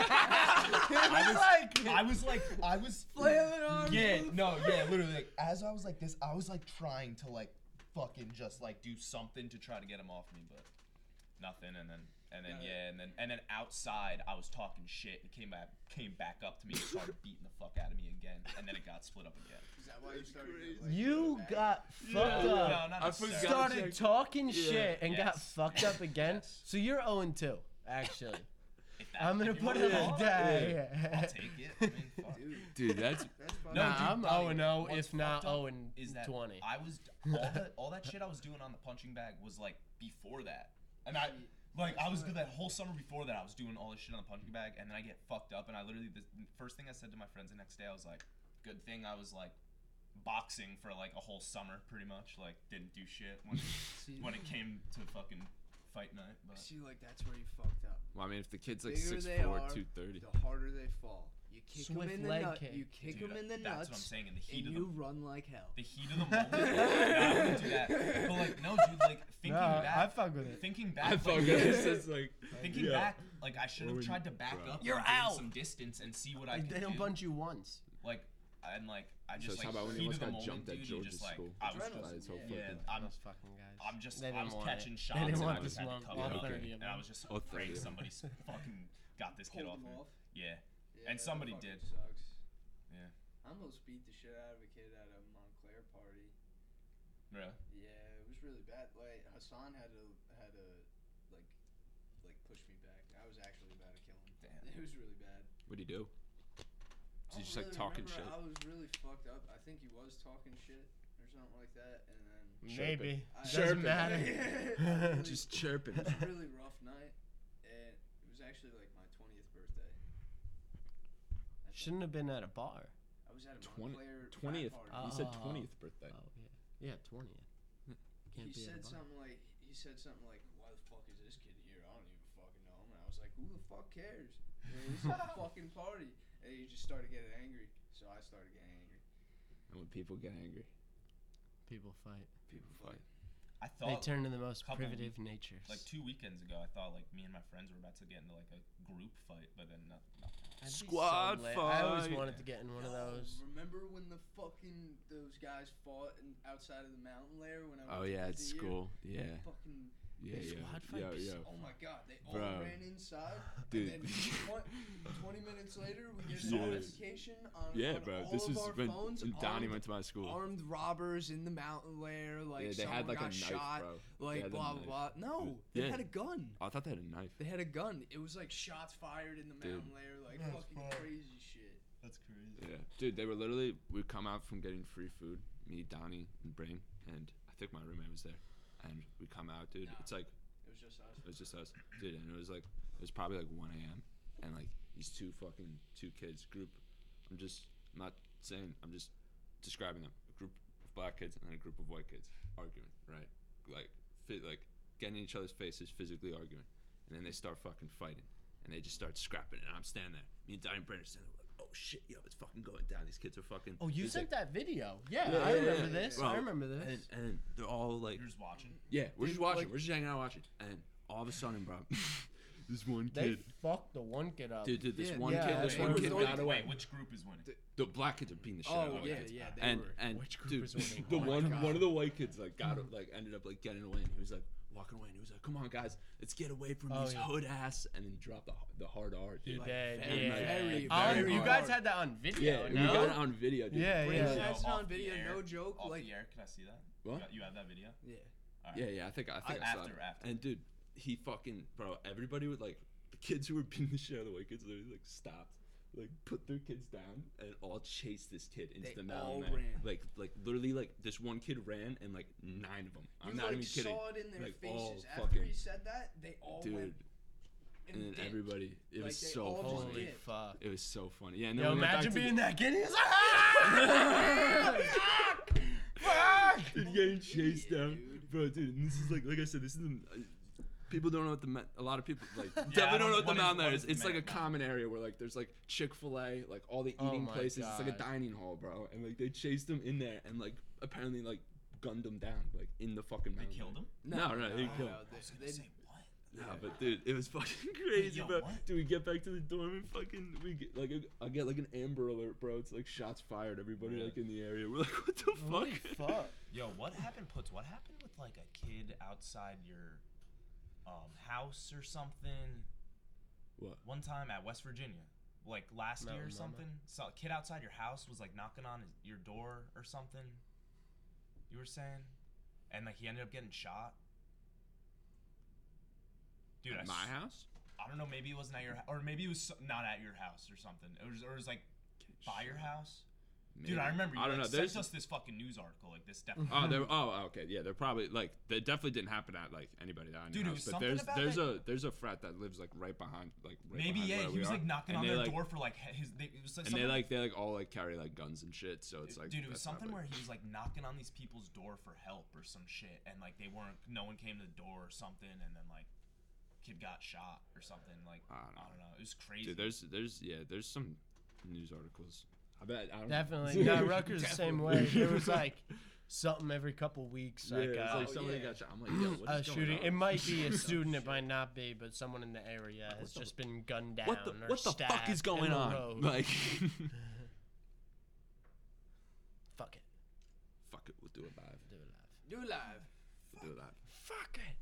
I was like, I was like, I was flailing on. Yeah, no, yeah, literally. Like, as I was like this, I was like trying to like fucking just like do something to try to get him off me, but nothing. And then and then yeah, and then and then outside, I was talking shit. and came back came back up to me and started beating the fuck out of me again. And then it got split up again.
Is that why you started? to,
crazy.
like, go
You
back?
got fucked
No,
up.
no, not
I
necessarily.
forgot.
started talking shit and got
Yes.
fucked up again.
Yes.
So you're 0 and 2, actually.
If that-
I'm gonna
if you
put it
want to
on
call
that.
I'll
Yeah.
take it. I mean, fuck.
Dude,
dude, that's
that's fucking-
No,
nah,
dude,
I'm
Donnie,
0 and 0,
what's
if not
fucked up
0 and
is that
20.
I was all that all that shit I was doing on the punching bag was like before that, and I like I was good that whole summer before that I was doing all this shit on the punching bag, and then I get fucked up, and I literally the first thing I said to my friends the next day I was like, good thing I was like boxing for like a whole summer pretty much, like didn't do shit when
See,
when it came to fucking fight night, but
see, like that's where you fucked up.
well, I mean, if the kid's like
Bigger
six
they
four,
are,
two thirty,
The harder they fall. You kick 'em
Swift
in the
leg
nut.
kick.
You kick
Dude,
'em in the
that's
nuts.
what I'm saying in the heat
and
of the
you run like hell.
the heat of the moment. yeah, I would do that. But like, no, dude. Like thinking back,
fuck with
thinking back,
I
like,
fuck it's just like
thinking
yeah.
back, like I should have
Or
tried to back
bro.
up, you're out, some distance, and see what I could
They
do.
don't punch you once.
like, and like I just
it's
like
how about when he
heat of the
almost got
moment,
jumped at
dude. you
George's
just like
school?
I was
Adrenaline.
by
just,
his whole
Yeah.
yeah,
fucking.
I'm,
Those fucking guys.
I'm just,
They
I
didn't
was
want
catching
it.
shots,
They didn't
and I
want
was
this
having
long.
come
Yeah,
up,
okay.
and I was just
Oh,
afraid
thank you.
somebody's fucking got this kid
Pulled
off.
'em
me.
off.
Yeah,
Yeah,
And
that
somebody
fucking
did.
Sucks.
Yeah.
I almost beat the shit out of a kid at a Montclair party.
really.
Yeah, it was really bad. Like Hassan had to had to like like push me back. I was actually about to kill him.
Damn.
It was really bad.
What'd he do?
I
Did you
don't
just like
really
talking
remember.
shit?
I was really fucked up. I think he was talking shit or something like that, and then
Maybe.
I,
Doesn't matter.
Really-
Just chirping.
it was a really rough night, and it was actually like my twentieth birthday. I think.
Shouldn't have been at a bar.
I was at a
Twenty-
Montclair frat
Twentieth. Ah,
party.
He said
Oh.
twentieth birthday.
Oh, yeah. Yeah, 20. Can't be
he
at a
said
bar.
something like he said something like, "Why the fuck is this kid here? I don't even fucking know him." And I was like, "Who the fuck cares? Man, this is a fucking party." And he just started getting angry, so I started getting angry.
And when people get angry,
People fight.
people fight.
I I
They
thought
turn to the most
couple
primitive natures.
like two weekends ago, I thought like me and my friends were about to get into like a group fight, but then not,
I'd be so
Squad
lit. I always
fight.
wanted to get in one of those.
Remember when the fucking those guys fought in, outside of the mountain lair when I
Oh
went to
yeah,
the
at
year?
school. Yeah,
Fucking
yeah, yeah.
Squad fight
Yo,
be
yo,
oh my god, they all
Bro.
ran inside.
dude.
And then 20, minutes later, we get
Yeah.
a notification on,
yeah,
on
bro.
all
This
of
is
our
when
phones.
when Donnie
armed,
went to my school.
armed robbers in the mountain lair. Like
yeah, they
someone
had like a
got
knife,
shot.
bro. They
Like
had a
blah
knife.
blah blah. No, they
Yeah.
had a gun.
Oh, I thought they had a knife.
They had a gun. It was like shots fired in the
Dude.
mountain lair. Like
That's
fucking
fucked.
crazy shit.
that's crazy.
Yeah, dude, they were literally. We come out from getting free food. Me, Donnie, and Brain, and I think my roommate was there. And we come out, dude.
Nah.
It's like
It was just us.
it was just us, dude. And it was like it was probably like 1 a.m. And like these two fucking two kids group. I'm just I'm not saying. I'm just describing them. A group of black kids and then a group of white kids arguing, right? Like fit like getting in each other's faces, physically arguing, and then they start fucking fighting. And they just start scrapping, and I'm standing there. Me and Donnie Brenner standing there, like, oh shit, yo, it's fucking going down. These kids are fucking.
Oh, you
It's like-
sent that video. Yeah,
Yeah,
I
yeah,
remember
yeah,
this.
yeah.
I
Bro,
remember this.
and, and they're all like,
You're just watching.
yeah, we're just
Dude,
watching,
like-
we're just hanging out watching, and all of a sudden, bro, this one
they
kid,
fucked the one kid up.
dude, dude, this
Yeah,
one
yeah,
kid, this
yeah,
one
yeah.
kid
Wait,
got
wait,
away.
Wait, which group is winning?
The black kids are beating the shit
Oh
out of the white
yeah,
kids.
yeah. They
And
were.
and
Which group
dude,
is winning?
the
Oh my
one
God.
one of the white kids like got like ended up like getting away, and he was like walking away, and he was like, "Come on, guys, let's get away from
Oh,
these
yeah.
hood ass," and then he dropped the the hard R, dude.
Dude,
Like,
they-
very,
yeah.
very,
Oh,
very
you
hard.
guys had that on
yeah,
video,
we
no?
got it on video, dude.
yeah,
Wait,
yeah.
yeah. That's
Yo,
not
off the
video,
air-
no joke,
Off
like-
the air, can I see that?
What?
You- You have that video?
Yeah.
Yeah, yeah. I think I think I, saw
After,
it.
after.
And dude, he fucking bro. Everybody would like the kids who were beating the shit out of the white kids literally like stopped, like put their kids down, and all chased this kid into
They
the
all
mountain. man.
ran.
Like like literally like this one kid ran and like nine of them. I'm
You
not
like
even kidding.
saw it in their
Like, all
faces. After
fucking-
he said that, they all
Dude,
went
and then
did.
everybody. It
Like,
was
they
so
all just
funny.
Holy
did.
fuck.
It was so funny. Yeah. And then
Yo,
we went back
imagine
to the-
being that kid. He's like, "Ah!" Fuck!
dude, getting chased down, bro, dude. And this is like, like I said, this is the, uh, people don't know what the ma- a lot of people like
I don't
definitely don't know
know
what the
what is-
mountain
what
there
is
is.
the
It's like a
Mount Mount?
common area where like there's like Chick Fil A, like all the
Oh
eating
my
places. It's like a
God.
dining hall, bro. And like they chased them in there and like apparently like gunned them down, like in the fucking
They
mountain.
killed him.
No, no, they killed.
no,
I was
they,
gonna
they,
say what?
No, but dude, it was fucking crazy,
Yo,
bro.
what?
Dude, we get back to the dorm and fucking we get like a- I get like an Amber Alert, bro. It's like shots fired, everybody like in the area. We're like, what the
Holy
fuck?
fuck.
Yo, what happened, Puts? What happened with like a kid outside your um, house or something?
What?
One time at West Virginia, like last
No,
year or
remember.
something, so a kid outside your house was like knocking on his, your door or something. You were saying, and like he ended up getting shot. Dude, I,
At
s-
my house?
I don't know. Maybe it wasn't at your, hou- or maybe it was so- not at your house or something. It was, or it was like by your house. Dude, I
Maybe.
remember you
I don't
like,
know. There's
sent us this fucking news article. Like this definitely.
Oh, they oh, okay, yeah, they're probably like they definitely didn't happen at like anybody that I
Dude, it
knew. house,
was
but
something
there's
about
there's
that-
a there's a frat that lives like right behind like right
Maybe
behind
yeah,
where
he
we
was
are,
like knocking
and
on
they,
their
like-
door for like he- his. They, it was like
and they
something-
like they like all like carry like guns and shit, so it's like
dude, it was
that's
something
probably-
where he was like knocking on these people's door for help or some shit, and like they weren't. No one came to the door or something, and then like kid got shot or something. Like I
I
don't
don't
know, it was crazy.
Dude, there's there's yeah, there's some news articles. I bet I don't
Definitely. No, Rutgers the same way. There was like something every couple weeks.
yeah,
Like,
it's
uh,
like somebody
yeah.
got shot. I'm like, yo, what
a
is going
shooting.
on?
It might be a student. It might not be, but someone in the area has just been gunned down.
What the
or
what the fuck
stabbed in
is going
the
on?
road.
Like,
fuck it.
fuck it, we'll do it live.
Do it live.
do live.
We'll do it live.
Fuck it.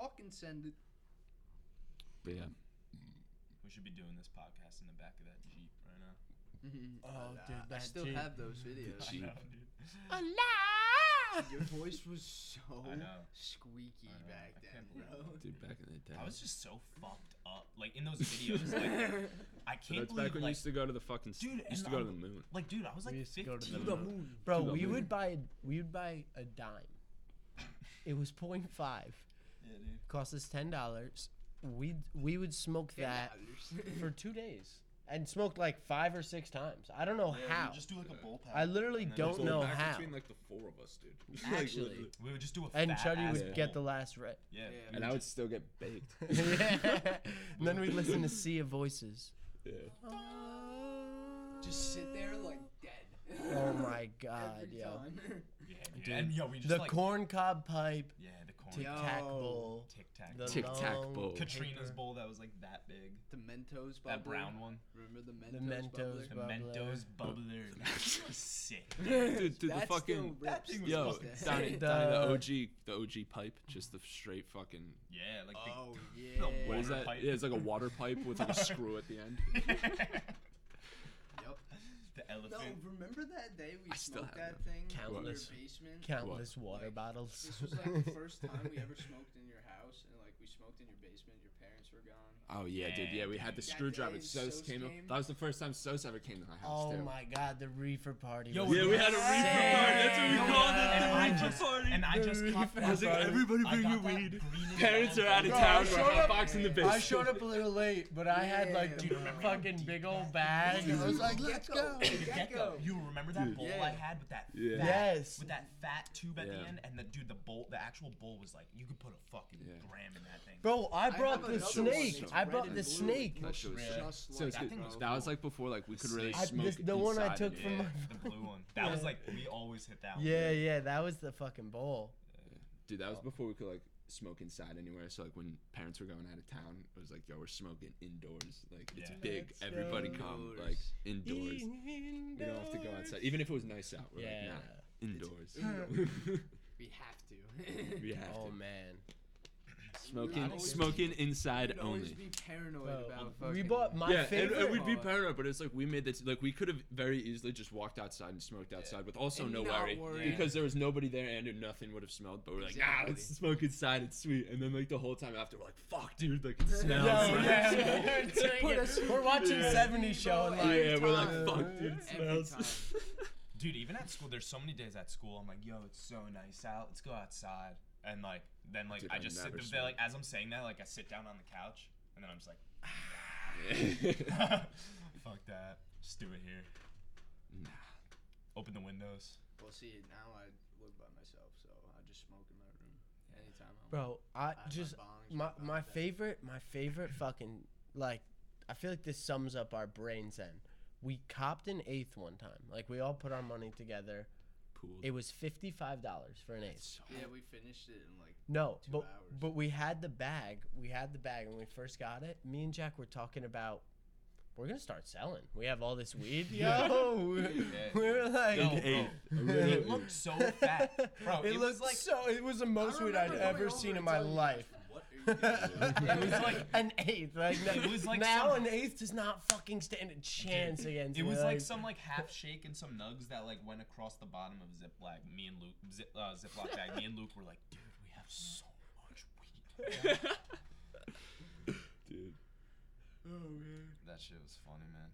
Fucking send it.
But yeah,
we should be doing this podcast in the back of that jeep right now.
Oh,
I-
dude,
I
that
still
Jeep.
have those videos.
I know, dude.
Your voice was so
I know.
squeaky
I know.
back
I
then,
can't believe
bro.
dude, back in the day.
I was just so fucked up. Like in those videos, like I
But
can't
that's back
believe
when you
like
used to go to the fucking s-
Dude,
used
and
to go to the
I'm-
moon.
like dude, I was like
used to go to the
15.
moon. Bro,
Two
we
dollars.
would buy we would buy a dime. It was 0.5.
Yeah, dude.
Cost us ten dollars. We we would smoke that
$10.
for two days and smoked like five or six times. I don't know
Yeah, we would
how.
Just do like a bull pack.
I literally
and then
don't
just-
know how.
between like the four of us, dude.
Actually.
We would just do a
and
fat
Chuddy
ass
would
Yeah.
get the
bowl.
last right.
yeah.
Yeah.
we
and
would
I would
just-
still get baked.
and then we'd listen to Sea of Voices.
Yeah.
Just sit there like dead.
Oh my god,
Every
yo.
time.
dude. And yo, we just
The
like
corn cob pipe,
yeah, the corn
tic tac
Yo.
bowl,
tic tac.
the
Tic Tac
long
bowl.
Katrina's
paper,
bowl that was like that big.
The Mentos bubble.
That brown one.
Remember the Mentos?
the
bubbler?
Mentos
The
bubbler.
Mentos bubbler. That was sick.
Dude, dude, the
That still
fucking-
That thing
rips.
was
Yo,
fucking
Still
Donnie,
sick.
Donnie, the
The-
OG, the OG pipe, just the straight fucking.
Yeah, like the,
Oh
the
yeah.
What is
Water
that?
pipe.
Yeah, it's like a water pipe with like a screw at the end.
Yep.
the
No,
elephant.
remember that day we
I still
smoked
have
that thing
Countless.
in your basement?
Countless water
Like,
bottles.
This was like the first time we ever smoked in your house, and like we smoked in your basement. Your parents were gone.
Oh yeah, dude. Yeah, we had the
That
screwdriver.
day Sos
Sos came. up-
came.
That was the first time Sos ever came to my
Oh
house. too.
my god, the reefer party.
Yo,
was
Yeah, we had a reefer party. That's what we
insane.
called it.
And I
Reefer
just, and I
The
just caught
reefer
that.
I was like,
party.
everybody
I
bring
got
your
that
weed.
green and
Parents are
yellow
out of
ball.
town.
I
We're
showed up-
hotboxing the
I
basement.
showed up a little late, but I had like
Yeah.
the fucking big old bag. and I was like, let's go.
The gecko. You remember that bowl I
Yeah.
had with that
Yeah.
fat,
Yes.
with that fat tube at the
Yeah.
end, and the dude, the bowl, the actual bowl was like you could put a fucking
Yeah.
gram in that thing.
Bro, I
have
brought the
another one
snake.
that's
I
red
brought
and
the
blue.
snake.
That shit was
Really?
sick.
Just
So
like
it's
That
good.
thing was
That was like before like we could really
I-
smoke
this- the one I
inside
took
of it.
yeah,
from my
the blue one. That was like we always hit that one.
Yeah, yeah, that was the fucking bowl.
Dude, that was before we could like smoke inside anywhere. So like when parents were going out of town, it was like, yo, we're smoking indoors. Like it's
Yeah.
big.
Let's
Everybody
go.
come like indoors. We don't have to go outside. Even if it was nice out, we're
Yeah.
like, nah, indoors.
We have to.
we have
Oh
to
man.
We'd
smoking
always
smoking inside
We'd always
only.
be paranoid
Bro,
about.
we
fucking-
bought my
Yeah, and,
favorite.
and we'd be
Aw.
paranoid, but it's like we made this. Like we could have very easily just walked outside and smoked outside with also
And
no
not
worry
worry.
because there was nobody there and nothing would have smelled. But we're like, ah,
Exactly.
let's smoke inside. It's sweet. And then like the whole time after, we're like, fuck, dude, like it smells.
Yo,
like-
yeah,
yeah.
Put us- we're watching
Yeah.
70 show and
Yeah,
like
we're
time.
like, fuck, dude, it
Every
smells.
time.
Dude, even at school, there's so many days at school. I'm like, yo, it's so nice out. Let's go outside. And like, then like,
Dude,
I
I
just sit
never
there, like, as I'm saying that, like, I sit down on the couch, and then I'm just like, fuck that. Just do it here.
Nah.
Open the windows.
Well, see, now I live by myself, so I just smoke in my room anytime. I want.
Bro, I
I have
just
bongs,
my
bongs
my
out.
favorite my favorite fucking like I feel like this sums up our brains then. We copped an eighth one time. Like we all put our money together.
Pool.
It was fifty five dollars for an eighth.
Yeah, we finished it in like.
No,
Two
but
hours.
but we had the bag. We had the bag when we first got it. Me and Jack were talking about we're gonna start selling. We have all this weed, yo. we-
Yeah.
we were like,
Yo, bro,
Eighth. A little
it
eighth.
looked so fat, bro. It,
it,
was
looked
like
so. It was the most weed I'd
remember going
ever
over
seen in
and
my
telling you,
life.
What are you doing?
it was like an eighth. Like that-
It was like
now
some-
an eighth does not fucking stand a chance against.
It
me,
was like some like half shake and some nugs that like went across the bottom of Ziploc. Me and Luke, zip, uh, Ziploc bag. Me and Luke were like, dude, we have so much weed.
dude.
Oh,
That shit was funny, man.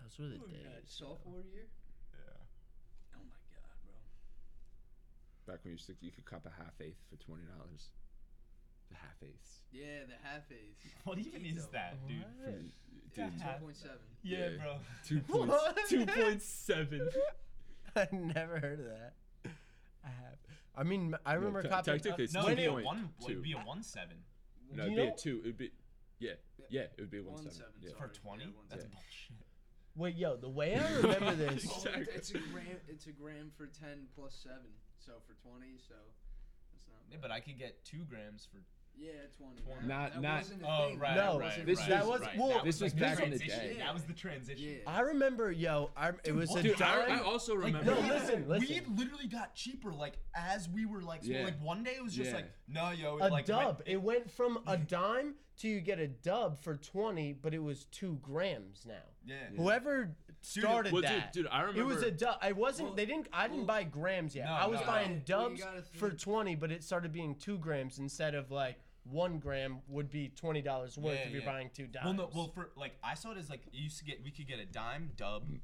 Those
Oh
were the days.
Oh, Sophomore year?
Yeah.
Oh my god, bro.
Back when you used to, you could cop a half eighth for twenty dollars. The half eighths.
Yeah, the half eighth.
What even is that, dude?
From-
Yeah.
Dude,
Half-
Two point seven.
Yeah,
Yeah.
bro.
two point
What?
two point seven.
I never heard of that. I have. I mean, I remember
te-
copying. uh,
technically it's
No,
When
it'd be a
it-
one.
two.
It'd be a one seven
No,
Do
it'd
you
be a
know-
two. It'd be, yeah, yeah, it would be a one,
One
seven.
seven,
Yeah.
sorry.
for
Yeah,
twenty.
one
That's
seven.
bullshit.
Wait, yo, the way I remember this.
Well,
Exactly.
it's a gram. It's a gram for ten plus seven. So for twenty. So it's not.
Yeah, but I could get two grams for.
Yeah, twenty.
Twenty.
Not-
that
not-
Wasn't a
Oh
thing.
right,
No,
right,
this
right,
was-
right.
well,
That
this was
like,
back in the
transition.
day.
That was the transition.
Yeah.
I remember, yo, I, it was a
Dude,
dime.
I, I also remember.
no, listen,
Weed
listen.
literally got cheaper, like as we were like, sm-
Yeah.
like one day it was just
Yeah.
like, no, yo, it,
a
like went-
dub. it went from a dime to you get a dub for twenty, but it was two grams now.
yeah,
Whoever started
well, dude,
that,
dude, I remember.
it was a dub. I wasn't.
Well,
they didn't. I didn't
well,
buy grams yet.
No,
I was
no,
buying
no. Well, you
dubs
gotta
for
think-
twenty, but it started being two grams instead of like one gram would be twenty dollars worth
Yeah,
if you're
yeah.
buying two dimes.
Well, no. Well, for like I saw it as like you used to get we could get a dime, dub,
Mm.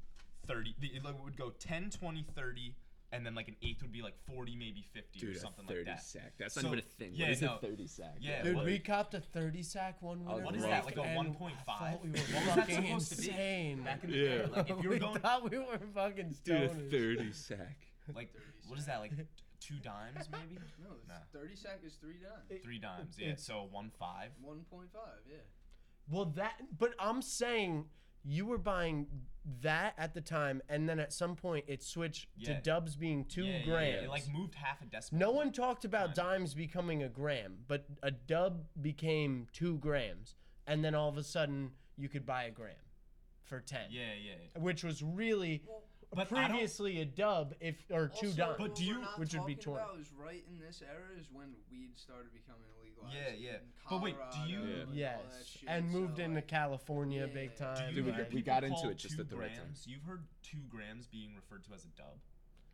thirty. The, it like, would go 10, 20, 30, and then like an eighth would be like forty, maybe fifty
dude,
or
a
something
thirty
like that.
sack. That's
So-
not even a thing.
yeah,
what is
no.
a thirty sack?
Yeah,
Dude,
what-
we copped a 30 sack one winter.
Oh, what
is
break,
that, like a
and
1.5?
I thought We were
What was that
fucking
supposed to be?
insane.
Back in the
Yeah.
day, like if you were
we
going
thought we were fucking
dude, a
stoners.
thirty sack.
like what is that like t- two dimes maybe
No, it's
Nah.
thirty sec is three dimes.
three dimes yeah so one five
One point five. Yeah.
Well, that, but I'm saying you were buying that at the time, and then at some point it switched
Yeah.
to dubs being two
Yeah, yeah, yeah,
grams.
It like moved half a decimal.
no one talked about
Right.
dimes becoming a gram, but a dub became two grams, and then all of a sudden you could buy a gram for ten,
Yeah, yeah.
which was really
But I don't-
previously a dub if or two dimes.
Also,
But
what
do
we're
you-
not
Which would be
talking
20.
About is right in this era is when weed started becoming illegalized.
Yeah, yeah.
in
But wait, do
Colorado
you-
and all oh, that
yes,
shit,
and
so,
moved into
like,
California
Yeah.
big
Do you
time.
Do you
we
hear
got- we
people
got into
call
it just
two
at the right time.
grams- You've heard two grams being referred to as a dub.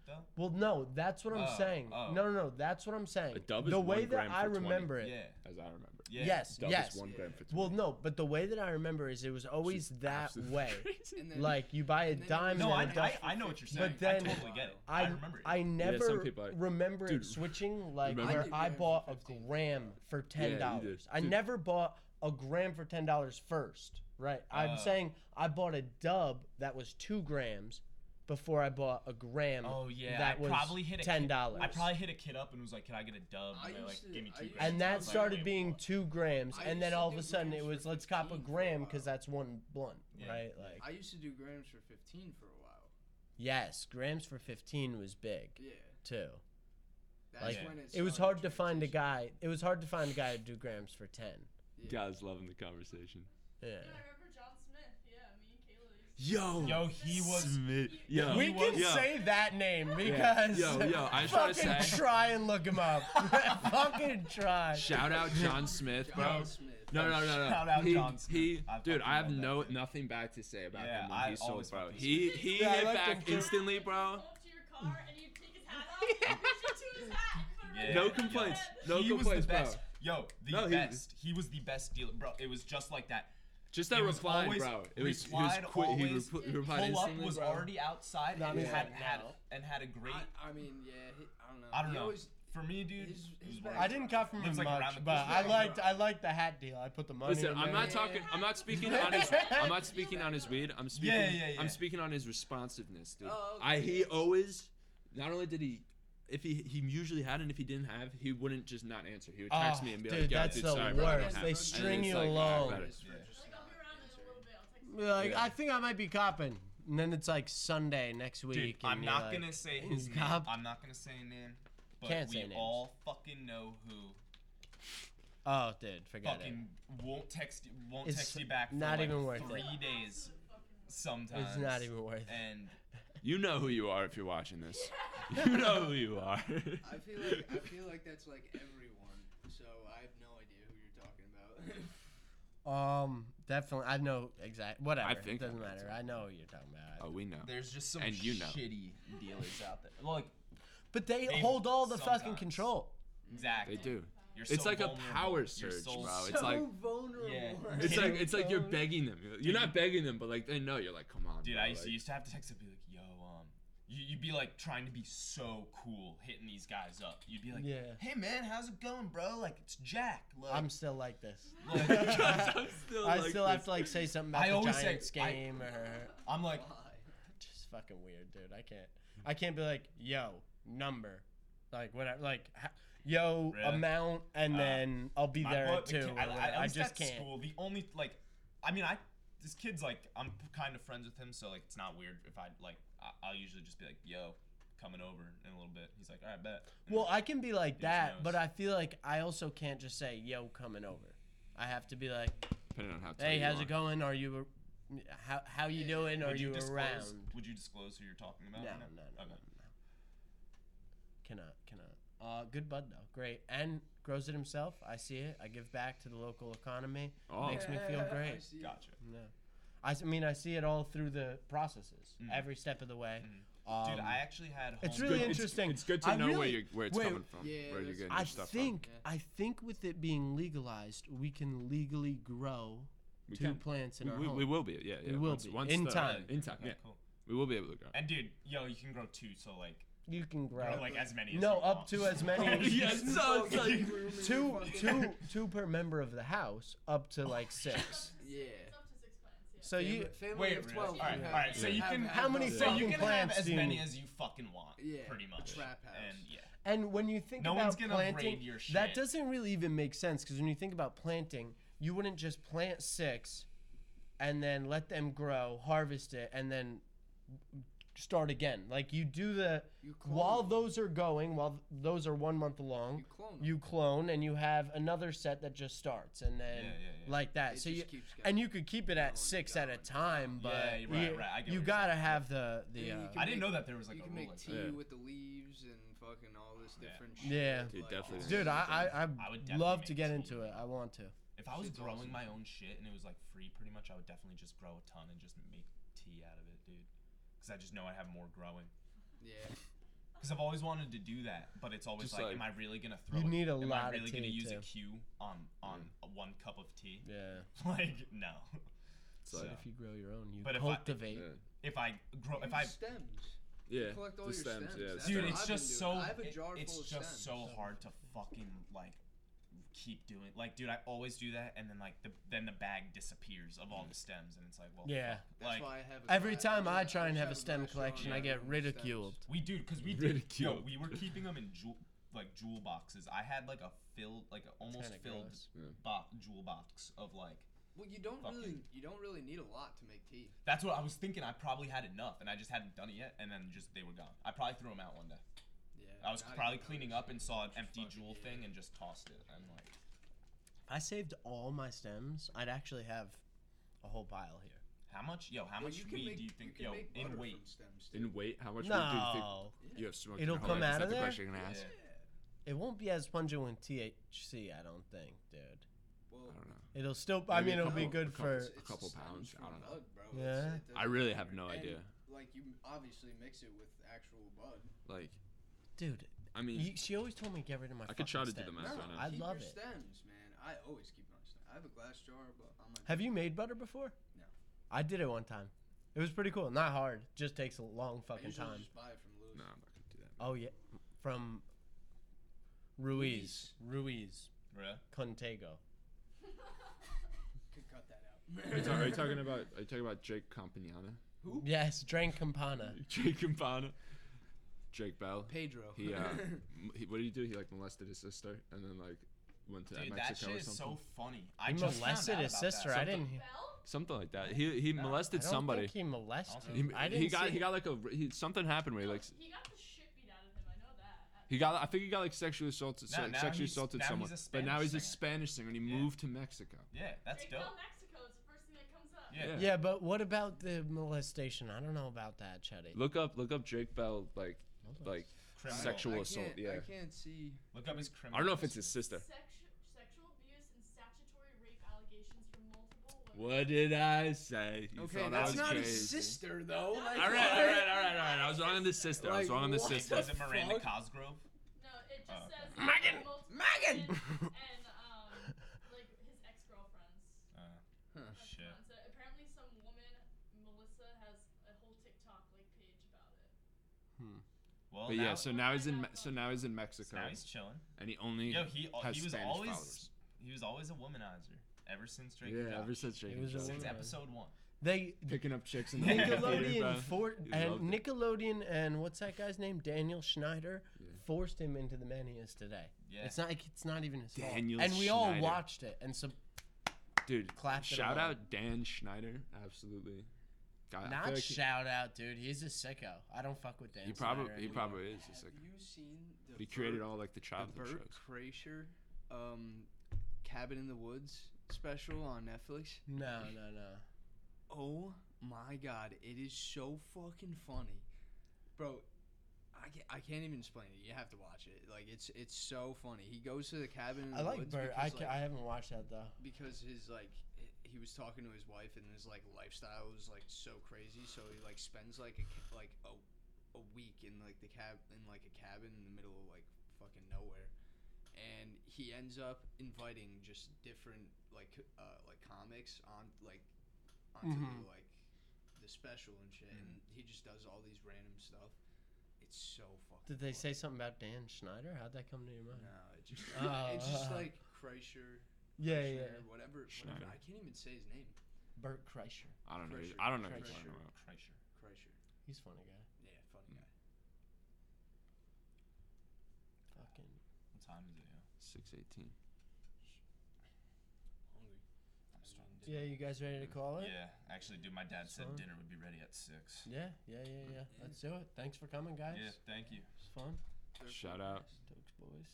though?
Well, no, that's what I'm
Oh,
saying.
oh.
No, no, no, that's what I'm saying.
A dub is
the
one
way that
gram for
I
20.
remember it.
Yeah,
as I remember.
yeah.
Yes,
Dub
yes.
is one gram for
Well,
20.
no, but the way that I remember is it was always that
absolutely
way.
and then-
like you buy a
and then it
dime
was
No, I,
and a dub.
I, I know what you're saying.
But then-
I totally get it.
I,
I, remember it.
I
some
never
people are-
remember
Dude,
it switching like
remember-
where
I did
I
grams for
bought a
15.
gram for ten
Yeah, you
dollars.
did.
I
Dude.
never bought a gram for ten dollars first. Right. I'm
Oh.
saying I bought a dub that was two grams before I bought a gram
oh yeah,
that
I
was
probably hit a
ten
kid-
dollars.
I probably hit a kid up and was like, "Can I get a dub?"
I
And they're like,
used to-
"Give me
I
two
used
grams."
to-
and
I
that
was like,
started
"Wait,
being
what?"
two grams,
I
and then
used to
all of
do
a sudden
grams
it
for
was let's cop a
15 for a
gram
while.
because that's one blunt,
Yeah.
right? Like
I used to do grams for fifteen for a while.
yes, grams for fifteen was big
Yeah,
too.
that's
Like,
when it.
It was
started
hard to find a
transitioning.
guy. It was hard to find a guy to do grams for ten.
Yeah.
Guys loving the conversation.
Yeah.
Yeah, I remember John Smith. Yeah, me and Kayla. used to-
Yo.
Yo, he was.
Smith. Yo.
We can
yo.
say that name
Yeah.
because
Yo, yo, I just wanna
fucking
say-
try and look him up. fucking try.
Shout out John Smith,
John
bro.
Smith.
No, no, no, no.
Shout out
he,
John Smith.
he,
I
dude,
fucking
I have
love that
no
dude.
nothing bad to say about
Yeah,
him when
I
he sold,
always
bro.
fucking-
He he
Yeah, I
hit
liked him
back
too.
instantly, bro.
Go up to your car and he'd take his hat off and reach into his hat and put it
Yeah.
right
No
back on.
complaints. No
he was
complaints,
the best.
bro.
Yo, the
No, he-
best. He was the best dealer, bro. It was just like that.
Just that
It was
reply,
always
bro. It was, he was
replied,
quick. He,
always
repl- he replied
Pull up
instantly,
was
bro.
already outside
Not
and
even
had
right
had
now.
and had a great.
I, I mean, yeah, he, I don't know.
I don't
He
know.
always-
For me, dude,
his-
it
his
was
back-
worth
I
it.
didn't cop from
It
him
was like
much,
around the-
but
it was
I
like
liked
around-
I liked the hat deal. I put the money.
Listen,
in
I'm
there.
not talking. I'm not speaking on his. I'm not speaking on his weed. I'm speaking.
Yeah, yeah, yeah.
I'm speaking on his responsiveness, dude.
Oh, okay.
I he always. Not only did he, if he he usually had, and if he didn't have, he wouldn't just not answer. He
Ah,
would text
Oh,
me and be
dude,
like, "Yo,
that's
dude,
the
sorry, bro, I don't
worst.
have
They
it." And
string
it's
you
like, "Alright,
along."
got it."
Just for
Yeah.
just
Like,
not
I'll be around in a
answering.
little bit. I'll text
Be Like,
Yeah.
I think I might be copping. And then it's like Sunday next week.
Dude,
and
I'm
you're
not
like,
gonna say his name.
cop.
I'm not gonna say a name. But
Can't
we
say names.
all fucking know who
Oh, dude, forget
fucking won't text you, won't
It's
text you back for
not
like
even worth it.
three
you.
days
Absolute fucking-
it.
sometimes.
It's not even worth it.
And
You know who you are if you're watching this. You know who you are.
I feel like I feel like that's like everyone. So I have no idea who you're talking about.
Um, definitely. I know exact. Whatever.
I think I
doesn't
know
matter.
exactly.
I know what you're talking about.
Oh, we know.
there's just some
And you know.
shitty dealers out there. Like
But they
They-
hold all the fucking
sometimes.
control.
exactly.
They do.
You're
It's
so
like a
vulnerable.
power
Your
surge,
soul's
bro.
so-
It's like-
vulnerable.
Yeah.
It's
Dude.
like it's like you're begging them. You're not begging them, but like they know. You're like, come on,
dude.
bro,
I used to,
like-
used to have to text and be like, "Yo, um." you- You'd be like trying to be so cool, hitting these guys up. You'd be like,
Yeah.
"Hey man, how's it going, bro? Like it's Jack." Like,
I'm still like this.
like,
I'm still
I
like
still
this.
have to like say something about
I
the
always say-
Giants
I-
game or
I'm like,
just fucking weird, dude. I can't. I can't be like yo number, like whatever, like ha- yo
Really?
amount, and
Uh,
then I'll be
My-
there
well,
at two.
ki-
or
I, I-
whatever.
at
I
least
just
at
can't.
School, the only like, I mean, I this kid's like I'm kind of friends with him, so like it's not weird if I like I, I'll usually just be like, "Yo, coming over in a little bit." He's like, "All right, bet." And
Well,
then-
I can be like
Yes,
that, but
yes.
I feel like I also can't just say yo coming over. I have to be like,
Depending on how. tight
hey,
you
how's
are.
it going? Are you, how how you doing? Are
would
you,
disclose,
around?
Would you disclose who you're talking
No,
about?
no,
right
no,
now?
no,
Okay.
no. Cannot, cannot. Uh, good bud though, great, and grows it himself. I see it. I give back to the local economy.
Oh.
Makes me feel great.
Gotcha.
No. I s- mean, I see it all through the processes,
Mm.
every step of the way. Um,
Mm-hmm. Dude, I actually had.
it's
home-
really
Good-
interesting.
It's, it's good to
I
know where
really-
you where it's
wait,
coming from.
Yeah,
where you're
that's-
getting your
I
stuff
think,
Yeah.
I think with it being legalized, we can legally grow
We
two
can.
plants in
from.
our
We,
home.
we will be. Yeah, yeah.
We will
once,
be,
once
in
the-
time.
In time.
Okay,
Yeah,
cool.
we will be able to go.
And dude, yo, you can grow two, so like,
you can grow.
grow, like as many. as
no,
you
up
want.
to as many.
Yeah, so it's like-
two, two, two per member of the house, up to like six.
Yeah.
It's up to six plants, yeah.
So you,
family
Wait,
of
really?
twelve.
All right,
you
all
have-
right, so you
have
can-
half
How many
of
So
fucking
you
them.
can have
plants
as
do you-
many as you fucking want.
Yeah,
Pretty much.
trap house.
And yeah.
and when you think
No
about
one's gonna raid
planting,
your
that
shit.
doesn't really even make sense because when you think about planting, you wouldn't just plant six, and then let them grow, harvest it, and then start again. Like you do the
You clone
while
them.
those are going, while those are one month along,
You clone them.
you clone and you have another set that just starts and then
Yeah, yeah, yeah.
like that.
It
so
just
you
keeps going.
and you could keep it
Going,
at six at a
going,
time, but
Oh, Yeah, you're right,
you,
right, I get
you
what you're
gotta have the the. Uh,
And you
I
can
didn't
make-
know that there was like
you
a
can
rule
make
like
tea
that.
Yeah.
with the leaves and fucking all this
Yeah.
different shit.
Yeah.
Dude, definitely.
it's
Dude, I I, I,
would
would
definitely
love
make
to get
tea.
into it. I want to.
If I was
Shit's
growing
awesome.
my own shit and it was like free, pretty much, I would definitely just grow a ton and just make tea out of it, dude. Because I just know I have more growing.
Yeah.
Because I've always wanted to do that, but it's always
Just
like,
like-
am I really gonna throw? it-
need a
am
lot
I
of
really gonna
tea,
use a
too.
cue on on
Mm.
a one cup of tea?
Yeah.
like no.
It's
So,
like,
If you grow your own, you
But if I-
cultivate.
yeah.
if I grow, if
Use
I
stems.
yeah.
Collect all
the
your
stems,
stems,
yeah.
that's
dude,
what
it's
I've been
just so
doing. I have a
it-
jar
it's
full of
just so
stems.
hard to fucking like keep doing. Like, dude, I always do that, and then like the then the bag disappears of all the stems, and it's like, well,
Yeah.
fuck.
That's
like
why I have a
Every
glass-
time I
yeah,
try and
wish
have
I
a
was
stem
glass jar
collection,
and
I
had
get
more stems.
ridiculed.
we dude, because we did,
Ridicule.
no, we were keeping them in jewel like jewel boxes. I had like a filled, like a almost
kinda
filled
gross.
Yeah.
bo- jewel box of like.
Well, you don't
Fucking-
really, you don't really need a lot to make tea.
That's what I was thinking. I probably had enough, and I just hadn't done it yet. And then just they were gone. I probably threw them out one day.
Yeah.
I was
not
probably
even
cleaning
noticing
up and saw an
which
empty
fucking-
jewel
yeah.
thing and just tossed it. I'm like,
If I saved all my stems, I'd actually have a whole pile here.
how much, yo, how
Well,
much
you can
weed
make-
do you think,
can
yo,
make butter
in
from
weight?
stems, too.
In weight, how much weight do you
No,
think you have smoked?
It'll
in your whole
come
life? Is
out
that
of
the
there?
question you're gonna ask?
Yeah.
it won't be as pungent with THC. I don't think, dude.
I
Well,
don't know.
It'll still. I
Maybe
mean,
a
it'll be
couple-
good
a couple
for.
s- a couple
stems
pounds,
from
I don't know.
bud, bro. It's-
Yeah.
it doesn't
I really have
matter.
no
And,
idea.
Like you obviously mix it with actual bud.
Like,
Dude,
I mean,
you, she always told me to get rid of my.
I could
fucking
try to do
stems.
the math right now.
I
keep
love
your
it.
stems, man. I always keep my stems. I have a glass jar, but I'm like,
Have you made butter before?
No.
I did it one time. It was pretty cool. Not hard. Just takes a long
I
fucking
usually
time.
Just buy it from Louis.
no, I'm not gonna do that.
Oh yeah, from Ruiz. Ruiz
Really?
Contego.
Could cut that out.
Are you, ta- are you talking about? Are you talking about Jake Campaniana?
Yes, Drank Campana.
Jake Campana. Drake Bell.
Pedro.
He, uh, m- he, what did he do? He like molested his sister and then like went to uh,
Dude, that
Mexico
shit
or
is
something.
so funny. I
He
just
molested
found out
his
about
sister.
That.
I didn't. he-
Bell?
something like that. He he
I
molested
don't
somebody.
Think he molested.
He,
I
he
didn't
got
see
he
it.
got like a he, something happened where he, like
He got the shit beat out of him. I know that.
he got I think he got like sexually assaulted
Now-
se-
now
sexually
he's-
assaulted
now
someone.
he's a
but now he's a
Spanish
Spanish singer and he
Yeah.
moved to Mexico.
Yeah, that's
Drake
dope.
Bell, Mexico. It's the first thing that comes up.
Yeah.
Yeah.
Yeah, but what about the molestation? I don't know about that, Chetty.
Look up look up Drake Bell like like
Criminal.
sexual
I
assault.
can't-
Yeah.
I can't see.
Look up his criminal.
I don't know if it's his
history.
sister.
Sexu- sexual abuse and statutory rape allegations from multiple women.
What did I say? You
Okay,
thought I
that's
was
not
crazy.
his sister though.
All
Like,
All right, all
what?
right, all right, all right. I was wrong on the sister. I was
Like,
wrong on the
what?
sister.
Was it Miranda
fuck?
Cosgrove?
No, it just
Oh,
says
okay.
uh,
Megan!
multiple
Megan!
women and um, like his ex-girlfriends.
Uh,
Huh.
shit.
ex-cons. Uh, Apparently, some woman Melissa has a whole TikTok like page about it.
Well,
But
now,
yeah, so now he's in Me- so now he's in Mexico,
now he's chilling.
and he only
Yo, he al-
has
he was
Spanish
always
followers.
he was always a womanizer ever since Drake. and
Yeah,
Josh.
ever since Drake
He
and
was a
Josh.
woman.
since
Yeah.
episode one.
They
picking up chicks in the
Nickelodeon
theater,
for,
He loved
and
it.
Nickelodeon and what's that guy's name? Daniel Schneider
Yeah.
forced him into the man he is today.
Yeah.
It's not like it's not even his fault.
Daniel
And we all
Schneider.
watched it and so
bro. dude.
clapped it
Shout
along.
out Dan Schneider, absolutely. God, I feel
Not
like he-
shout out, dude. He's a sicko. I don't fuck with Dan.
He probably
Snyder
he
anymore.
probably is. He's
Have
like,
you seen the?
but he created
Bert-
all like the
the
childhood
Bert
shows.
Kreischer, um, Cabin in the Woods special on Netflix.
No, no, no.
Oh my god, it is so fucking funny, bro. I can't, I can't even explain it. You have to watch it. Like it's it's so funny. He goes to the cabin. In
I
the
like
woods
Bert.
Because,
I,
like,
ca- I haven't watched that though.
because his like h- he was talking to his wife and his like lifestyle was like so crazy so he like spends like a ca- like a, a week in like the cab in like a cabin in the middle of like fucking nowhere and he ends up inviting just different like c- uh, like comics on like onto
Mhm.
the, like the special and shit and he just does all these random stuff it's so fucking
Did they
funny.
say something about Dan Schneider? How'd that come to your mind?
no it just
Oh,
it's just
uh.
like Kreischer
Yeah, yeah.
Kreischer, whatever, whatever
Schneider.
I can't even say his name
Bert Kreischer.
I don't know.
Kreischer.
I don't know. who you're
Kreischer.
talking about.
Kreischer.
Kreischer. Hmm.
He's a funny guy.
Yeah, funny guy.
Fucking.
What time is it? Yeah.
Six eighteen.
Hungry.
I'm starting
Yeah, you guys ready to call it?
Yeah, actually, dude, my dad said
Son.
dinner would be ready at six.
Yeah, yeah, yeah, yeah. Let's do it. Thanks for coming, guys.
Yeah, thank you.
It's fun.
Shout out.
Stokes boys.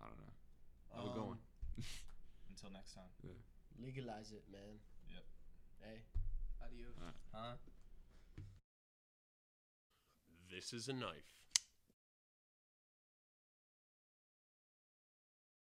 I don't know. Have
Um,
a good one.
Until next time.
Legalize it, man.
Yep.
Hey.
Adios.
Huh?
This is a knife.